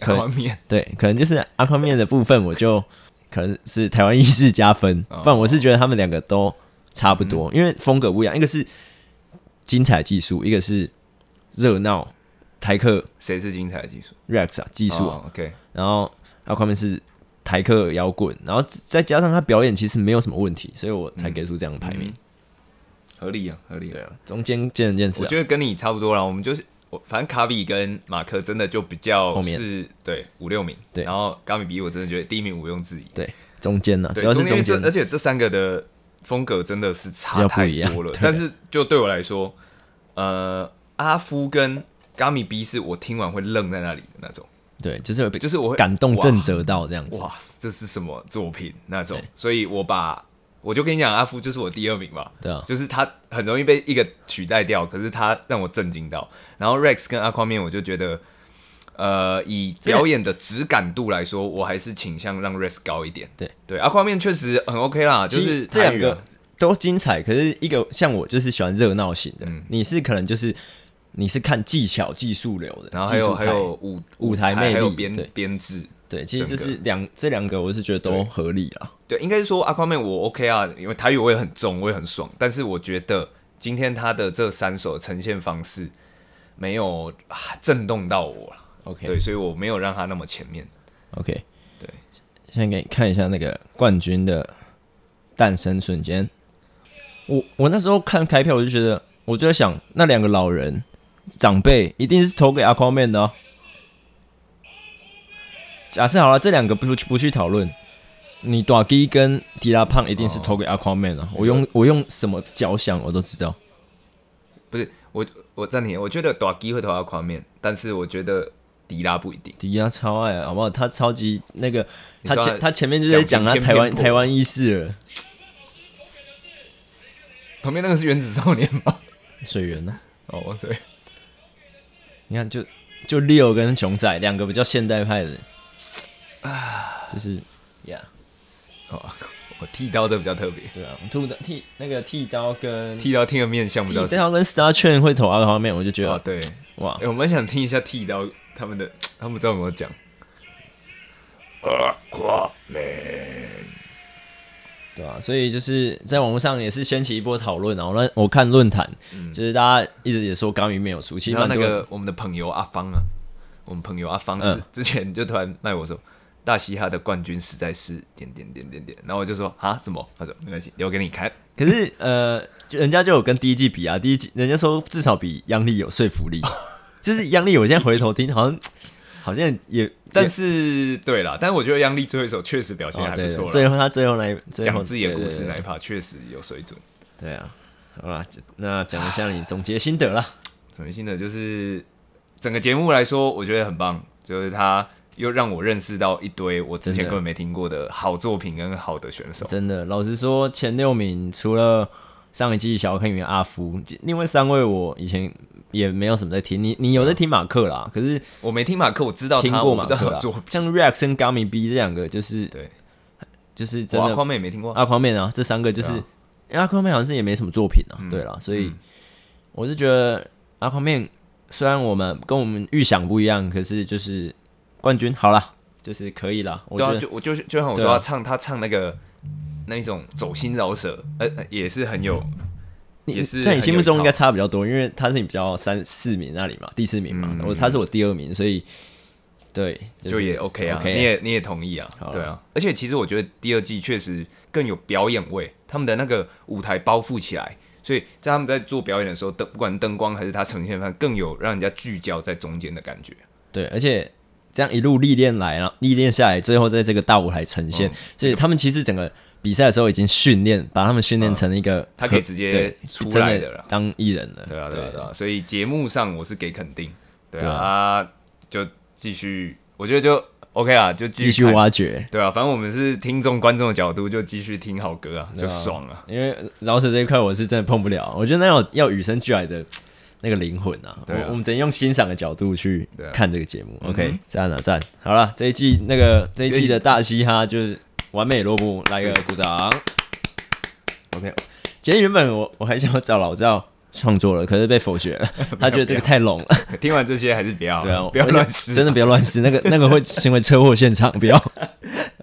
Speaker 1: 可
Speaker 2: Aquaman
Speaker 1: 对，可能就是阿宽面的部分，我就可能是台湾意识加分，不然我是觉得他们两个都差不多，因为风格不一样，一个是精彩技术，一个是热闹台客
Speaker 2: 谁是精彩的技术？
Speaker 1: rex 啊技
Speaker 2: 技
Speaker 1: 术啊。
Speaker 2: OK，
Speaker 1: 然后阿宽面是台客摇滚，然后再加上他表演其实没有什么问题，所以我才给出这样的排名。
Speaker 2: 合理啊，合理啊
Speaker 1: 对。啊，中间见仁见智
Speaker 2: 我
Speaker 1: 啊。
Speaker 2: 觉得跟你差不多啦，我们就是我反正卡比跟马克真的就比较
Speaker 1: 后面
Speaker 2: 是对五六名，
Speaker 1: 对
Speaker 2: 然后高米比我真的觉得第一名毋庸置疑，
Speaker 1: 对，中间呢、啊，
Speaker 2: 对，
Speaker 1: 主要是
Speaker 2: 因为
Speaker 1: 中
Speaker 2: 这
Speaker 1: 间
Speaker 2: 而。且这三个的风格真的是差
Speaker 1: 要不
Speaker 2: 太
Speaker 1: 一样
Speaker 2: 多了
Speaker 1: 对。
Speaker 2: 但是就对我来说，呃，阿夫跟高米比是我听完会愣在那里的那种，
Speaker 1: 对，就是会被
Speaker 2: 就是我会
Speaker 1: 感动震折到这样子。
Speaker 2: 哇，这是什么作品那种，所以我把。我就跟你讲，阿夫就是我第二名嘛，
Speaker 1: 对啊
Speaker 2: 就是他很容易被一个取代掉，可是他让我震惊到。然后 Rex 跟阿宽面，我就觉得，呃，以表演的质感度来说，我还是倾向让 Rex 高一点。
Speaker 1: 对
Speaker 2: 对，阿宽面确实很 OK 啦，就
Speaker 1: 其
Speaker 2: 是
Speaker 1: 实这两
Speaker 2: 韩语啊嗯
Speaker 1: 个都精彩，可是一个像我就是喜欢热闹型的，你是可能就是你是看技巧、技术流的，
Speaker 2: 然后还有
Speaker 1: 技术派
Speaker 2: 还有舞
Speaker 1: 舞台魅力
Speaker 2: 还有编
Speaker 1: 对
Speaker 2: 编制，
Speaker 1: 对，其实就
Speaker 2: 整个
Speaker 1: 是两这两个，我是觉得都
Speaker 2: 对
Speaker 1: 合理啊。
Speaker 2: 对，应该是说阿宽妹我 OK 啊，因为台语我也很重，我也很爽，但是我觉得今天他的这三首呈现方式没有、啊、震动到我了，对，
Speaker 1: OK
Speaker 2: 所以我没有让他那么前面。
Speaker 1: OK，
Speaker 2: 对，
Speaker 1: 现在给你看一下那个冠军的诞生瞬间。我我那时候看开票，我就觉得，我就在想，那两个老人长辈一定是投给 Aquaman 的、哦。假设好了，这两个不不去讨论，你短 G 跟迪拉胖一定是投给 Aquaman 的、
Speaker 2: 哦
Speaker 1: 我用我用什么脚想我都知道。
Speaker 2: 不是我我暂停，我觉得短基会投阿宽面，但是我觉得迪拉不一定。
Speaker 1: 迪亚超爱啊，好不好？他超级那个，
Speaker 2: 你
Speaker 1: 他
Speaker 2: 说
Speaker 1: 前
Speaker 2: 他
Speaker 1: 他前面就在讲他
Speaker 2: 讲评
Speaker 1: 台湾
Speaker 2: 偏颇
Speaker 1: 台湾意识了，
Speaker 2: 旁边那个是原子少年吗？
Speaker 1: 水源呢、啊
Speaker 2: 哦，对，
Speaker 1: 你看就就 Leo 跟熊仔两个比较现代派的，就是，Yeah，
Speaker 2: 哦，我剃刀这比较特别，
Speaker 1: 对啊，剃刀剃那个剃刀跟剃
Speaker 2: 剃刀听的面相比较
Speaker 1: 剃刀跟 Star Chain 会投 R 方面，我就觉
Speaker 2: 哦，
Speaker 1: 得
Speaker 2: 对，
Speaker 1: 哇
Speaker 2: 欸，我蛮想听一下剃刀他们的，他们不知道有没有讲。
Speaker 1: 呃对啊，所以就是在网络上也是掀起一波讨论啊。我
Speaker 2: 嗯
Speaker 1: 论我看论坛，就是大家一直也说高明没有输，其实
Speaker 2: 然后
Speaker 1: 蛮
Speaker 2: 那
Speaker 1: 多人
Speaker 2: 个我们的朋友阿芳啊，我们朋友阿芳之、
Speaker 1: 嗯
Speaker 2: 之前就突然赖我说，大嘻哈的冠军实在是点点点点点，然后我就说啊什么？他说没关系，留给你看。
Speaker 1: 可是呃，就人家就有跟第一季比啊，第一季人家说至少比央丽有说服 力，就是央丽，我现在回头听好像好像也，
Speaker 2: 但是对啦，但我觉得杨丽最后一首确实表现
Speaker 1: 也
Speaker 2: 还
Speaker 1: 哦
Speaker 2: 不
Speaker 1: 对
Speaker 2: 错
Speaker 1: 对，
Speaker 2: 啦
Speaker 1: 最后他最后那一最后
Speaker 2: 讲自己的故
Speaker 1: 对
Speaker 2: 事
Speaker 1: 对
Speaker 2: 那一
Speaker 1: 对
Speaker 2: 趴确实有水准。
Speaker 1: 对啊，好啦，这那讲一下你总结心得啦。
Speaker 2: 陈奕迅的，就是整个节目来说，我觉得很棒，就是他又让我认识到一堆我之前
Speaker 1: 真的
Speaker 2: 根本没听过的好作品跟好的选手。
Speaker 1: 真的，老实说，前六名除了上一季小坑员阿福，另外三位我以前也没有什么在听。你你有在听马克啦，可是
Speaker 2: 我没听马克，我知道
Speaker 1: 听
Speaker 2: 他，
Speaker 1: 过
Speaker 2: 我不
Speaker 1: 马
Speaker 2: 知道
Speaker 1: 克
Speaker 2: 嗯
Speaker 1: 啊
Speaker 2: 哦他
Speaker 1: 啦
Speaker 2: 的作品。
Speaker 1: 像 Rex 跟 Gummy B 这两个就是
Speaker 2: 对，
Speaker 1: 就是真
Speaker 2: 我阿
Speaker 1: 的
Speaker 2: 匡妹也没听过啊。
Speaker 1: 阿狂面啊，这三个就是、
Speaker 2: 对啊嗯
Speaker 1: 因为阿狂面好像是也没什么作品啊，对啦，所以我是觉得阿狂面虽然我们跟我们预想不一样，可是就是冠军好啦，就是可以啦。我
Speaker 2: 对
Speaker 1: 觉
Speaker 2: 啊，
Speaker 1: 得
Speaker 2: 就我就是就像我说，
Speaker 1: 对啊
Speaker 2: 他唱他唱那个那一种走心饶舌，呃，呃也是很有，
Speaker 1: 你
Speaker 2: 也是
Speaker 1: 在你心目中应该
Speaker 2: 很有一套
Speaker 1: 差比较多，因为他是你比较三四名那里嘛，第四名嘛，
Speaker 2: 嗯
Speaker 1: 我他是我第二名，所以对，
Speaker 2: 就是也 OK 啊
Speaker 1: OK
Speaker 2: 你也你也同意啊
Speaker 1: 好，
Speaker 2: 对啊。而且其实我觉得第二季确实更有表演味，他们的那个舞台包覆起来，所以在他们在做表演的时候，灯不管灯光还是它呈现，它更有让人家聚焦在中间的感觉。
Speaker 1: 对，而且这样一路历练来，然后历练下来，最后在这个大舞台呈现，
Speaker 2: 嗯
Speaker 1: 所以他们其实整个比赛的时候已经训练，把他们训练成一个、
Speaker 2: 嗯他可以直接
Speaker 1: 对
Speaker 2: 出
Speaker 1: 真
Speaker 2: 来
Speaker 1: 的
Speaker 2: 的啦
Speaker 1: 当艺人了，
Speaker 2: 对啊，对啊，对啊。所以节目上我是给肯定，对
Speaker 1: 对
Speaker 2: 啊，
Speaker 1: 啊
Speaker 2: 啊就继续，我觉得就 OK 啊，就
Speaker 1: 继
Speaker 2: 继
Speaker 1: 续
Speaker 2: 看。
Speaker 1: 挖掘。
Speaker 2: 对啊，反正我们是听众观众的角度，就继续听好歌啊，就爽啊。
Speaker 1: 因为老舍这一块我是真的碰不了，我觉得那种要与生俱来的那个灵魂啊，
Speaker 2: 对啊
Speaker 1: 我我们只能用欣赏的角度去
Speaker 2: 对啊
Speaker 1: 看这个节目。
Speaker 2: 嗯
Speaker 1: OK，赞了赞，好了，这一季那个这一季的大嘻哈就是完美落幕，来个鼓掌。OK，今天原本我我还想要找老赵创作了，可是被否决 了，他觉得这个太拢了，
Speaker 2: 听完这些还是不要，
Speaker 1: 对啊，
Speaker 2: 不要
Speaker 1: 而且
Speaker 2: 乱试。
Speaker 1: 真的不要乱试， 那个那个会成为车祸现场，不要。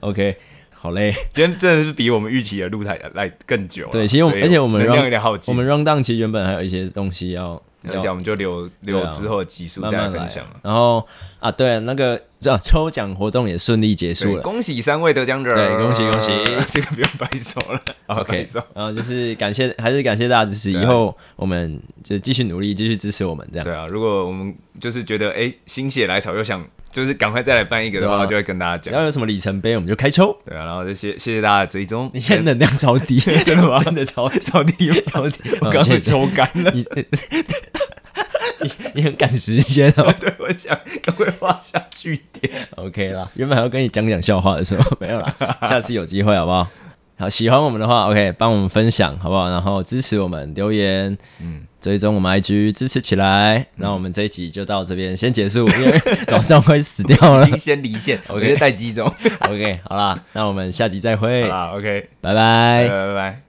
Speaker 1: OK，好嘞。
Speaker 2: 今天真的是比我们预期的录台来更久了。
Speaker 1: 对，其实我们
Speaker 2: 所以
Speaker 1: 而且我们
Speaker 2: 能
Speaker 1: round
Speaker 2: 量有点耗尽，
Speaker 1: 我们 round down 其实原本还有一些东西要
Speaker 2: 而且我们就留留之后的集数
Speaker 1: 啊慢
Speaker 2: 再来
Speaker 1: 慢
Speaker 2: 分
Speaker 1: 来
Speaker 2: 享
Speaker 1: 啊。然后啊，对，那个 这、啊、抽奖活动也顺利结束
Speaker 2: 对，
Speaker 1: 了。
Speaker 2: 恭喜三位得奖者，
Speaker 1: 对恭喜恭喜
Speaker 2: 这个不用拍手 了好
Speaker 1: OK，
Speaker 2: 拍手。
Speaker 1: 然后就是感谢，还是感谢大家支持。
Speaker 2: 对啊
Speaker 1: 以后我们就继续努力，继续支持我们这样。
Speaker 2: 对啊，如果我们就是觉得哎、心血来潮又想就是赶快再来办一个的
Speaker 1: 对
Speaker 2: 话，
Speaker 1: 啊
Speaker 2: 就会跟大家
Speaker 1: 只
Speaker 2: 讲。
Speaker 1: 要有什么里程碑，我们就开抽。
Speaker 2: 对啊，然后就谢谢谢大家的追踪。
Speaker 1: 你现 在能量超低，真的吗？真的超超低，超低。哦
Speaker 2: 我刚刚被
Speaker 1: 谢谢
Speaker 2: 抽干了，
Speaker 1: 你 你你很赶时间哦。
Speaker 2: 对，我想赶快画下句点。
Speaker 1: OK 啦，原本还要跟你讲讲笑话的时候没有 啦，下次有机会好不好？好，喜欢我们的话，OK，帮我们分享好不好？然后支持我们留言，嗯，追踪我们 IG 支持起来。那我们这一集就到这边先结束，因为 老张快死掉了
Speaker 2: 已。经先离线，我
Speaker 1: OK
Speaker 2: 就带机中。
Speaker 1: OK，好啦，那我们下集再会，
Speaker 2: 好啦，OK，
Speaker 1: 拜拜。
Speaker 2: 拜拜拜拜。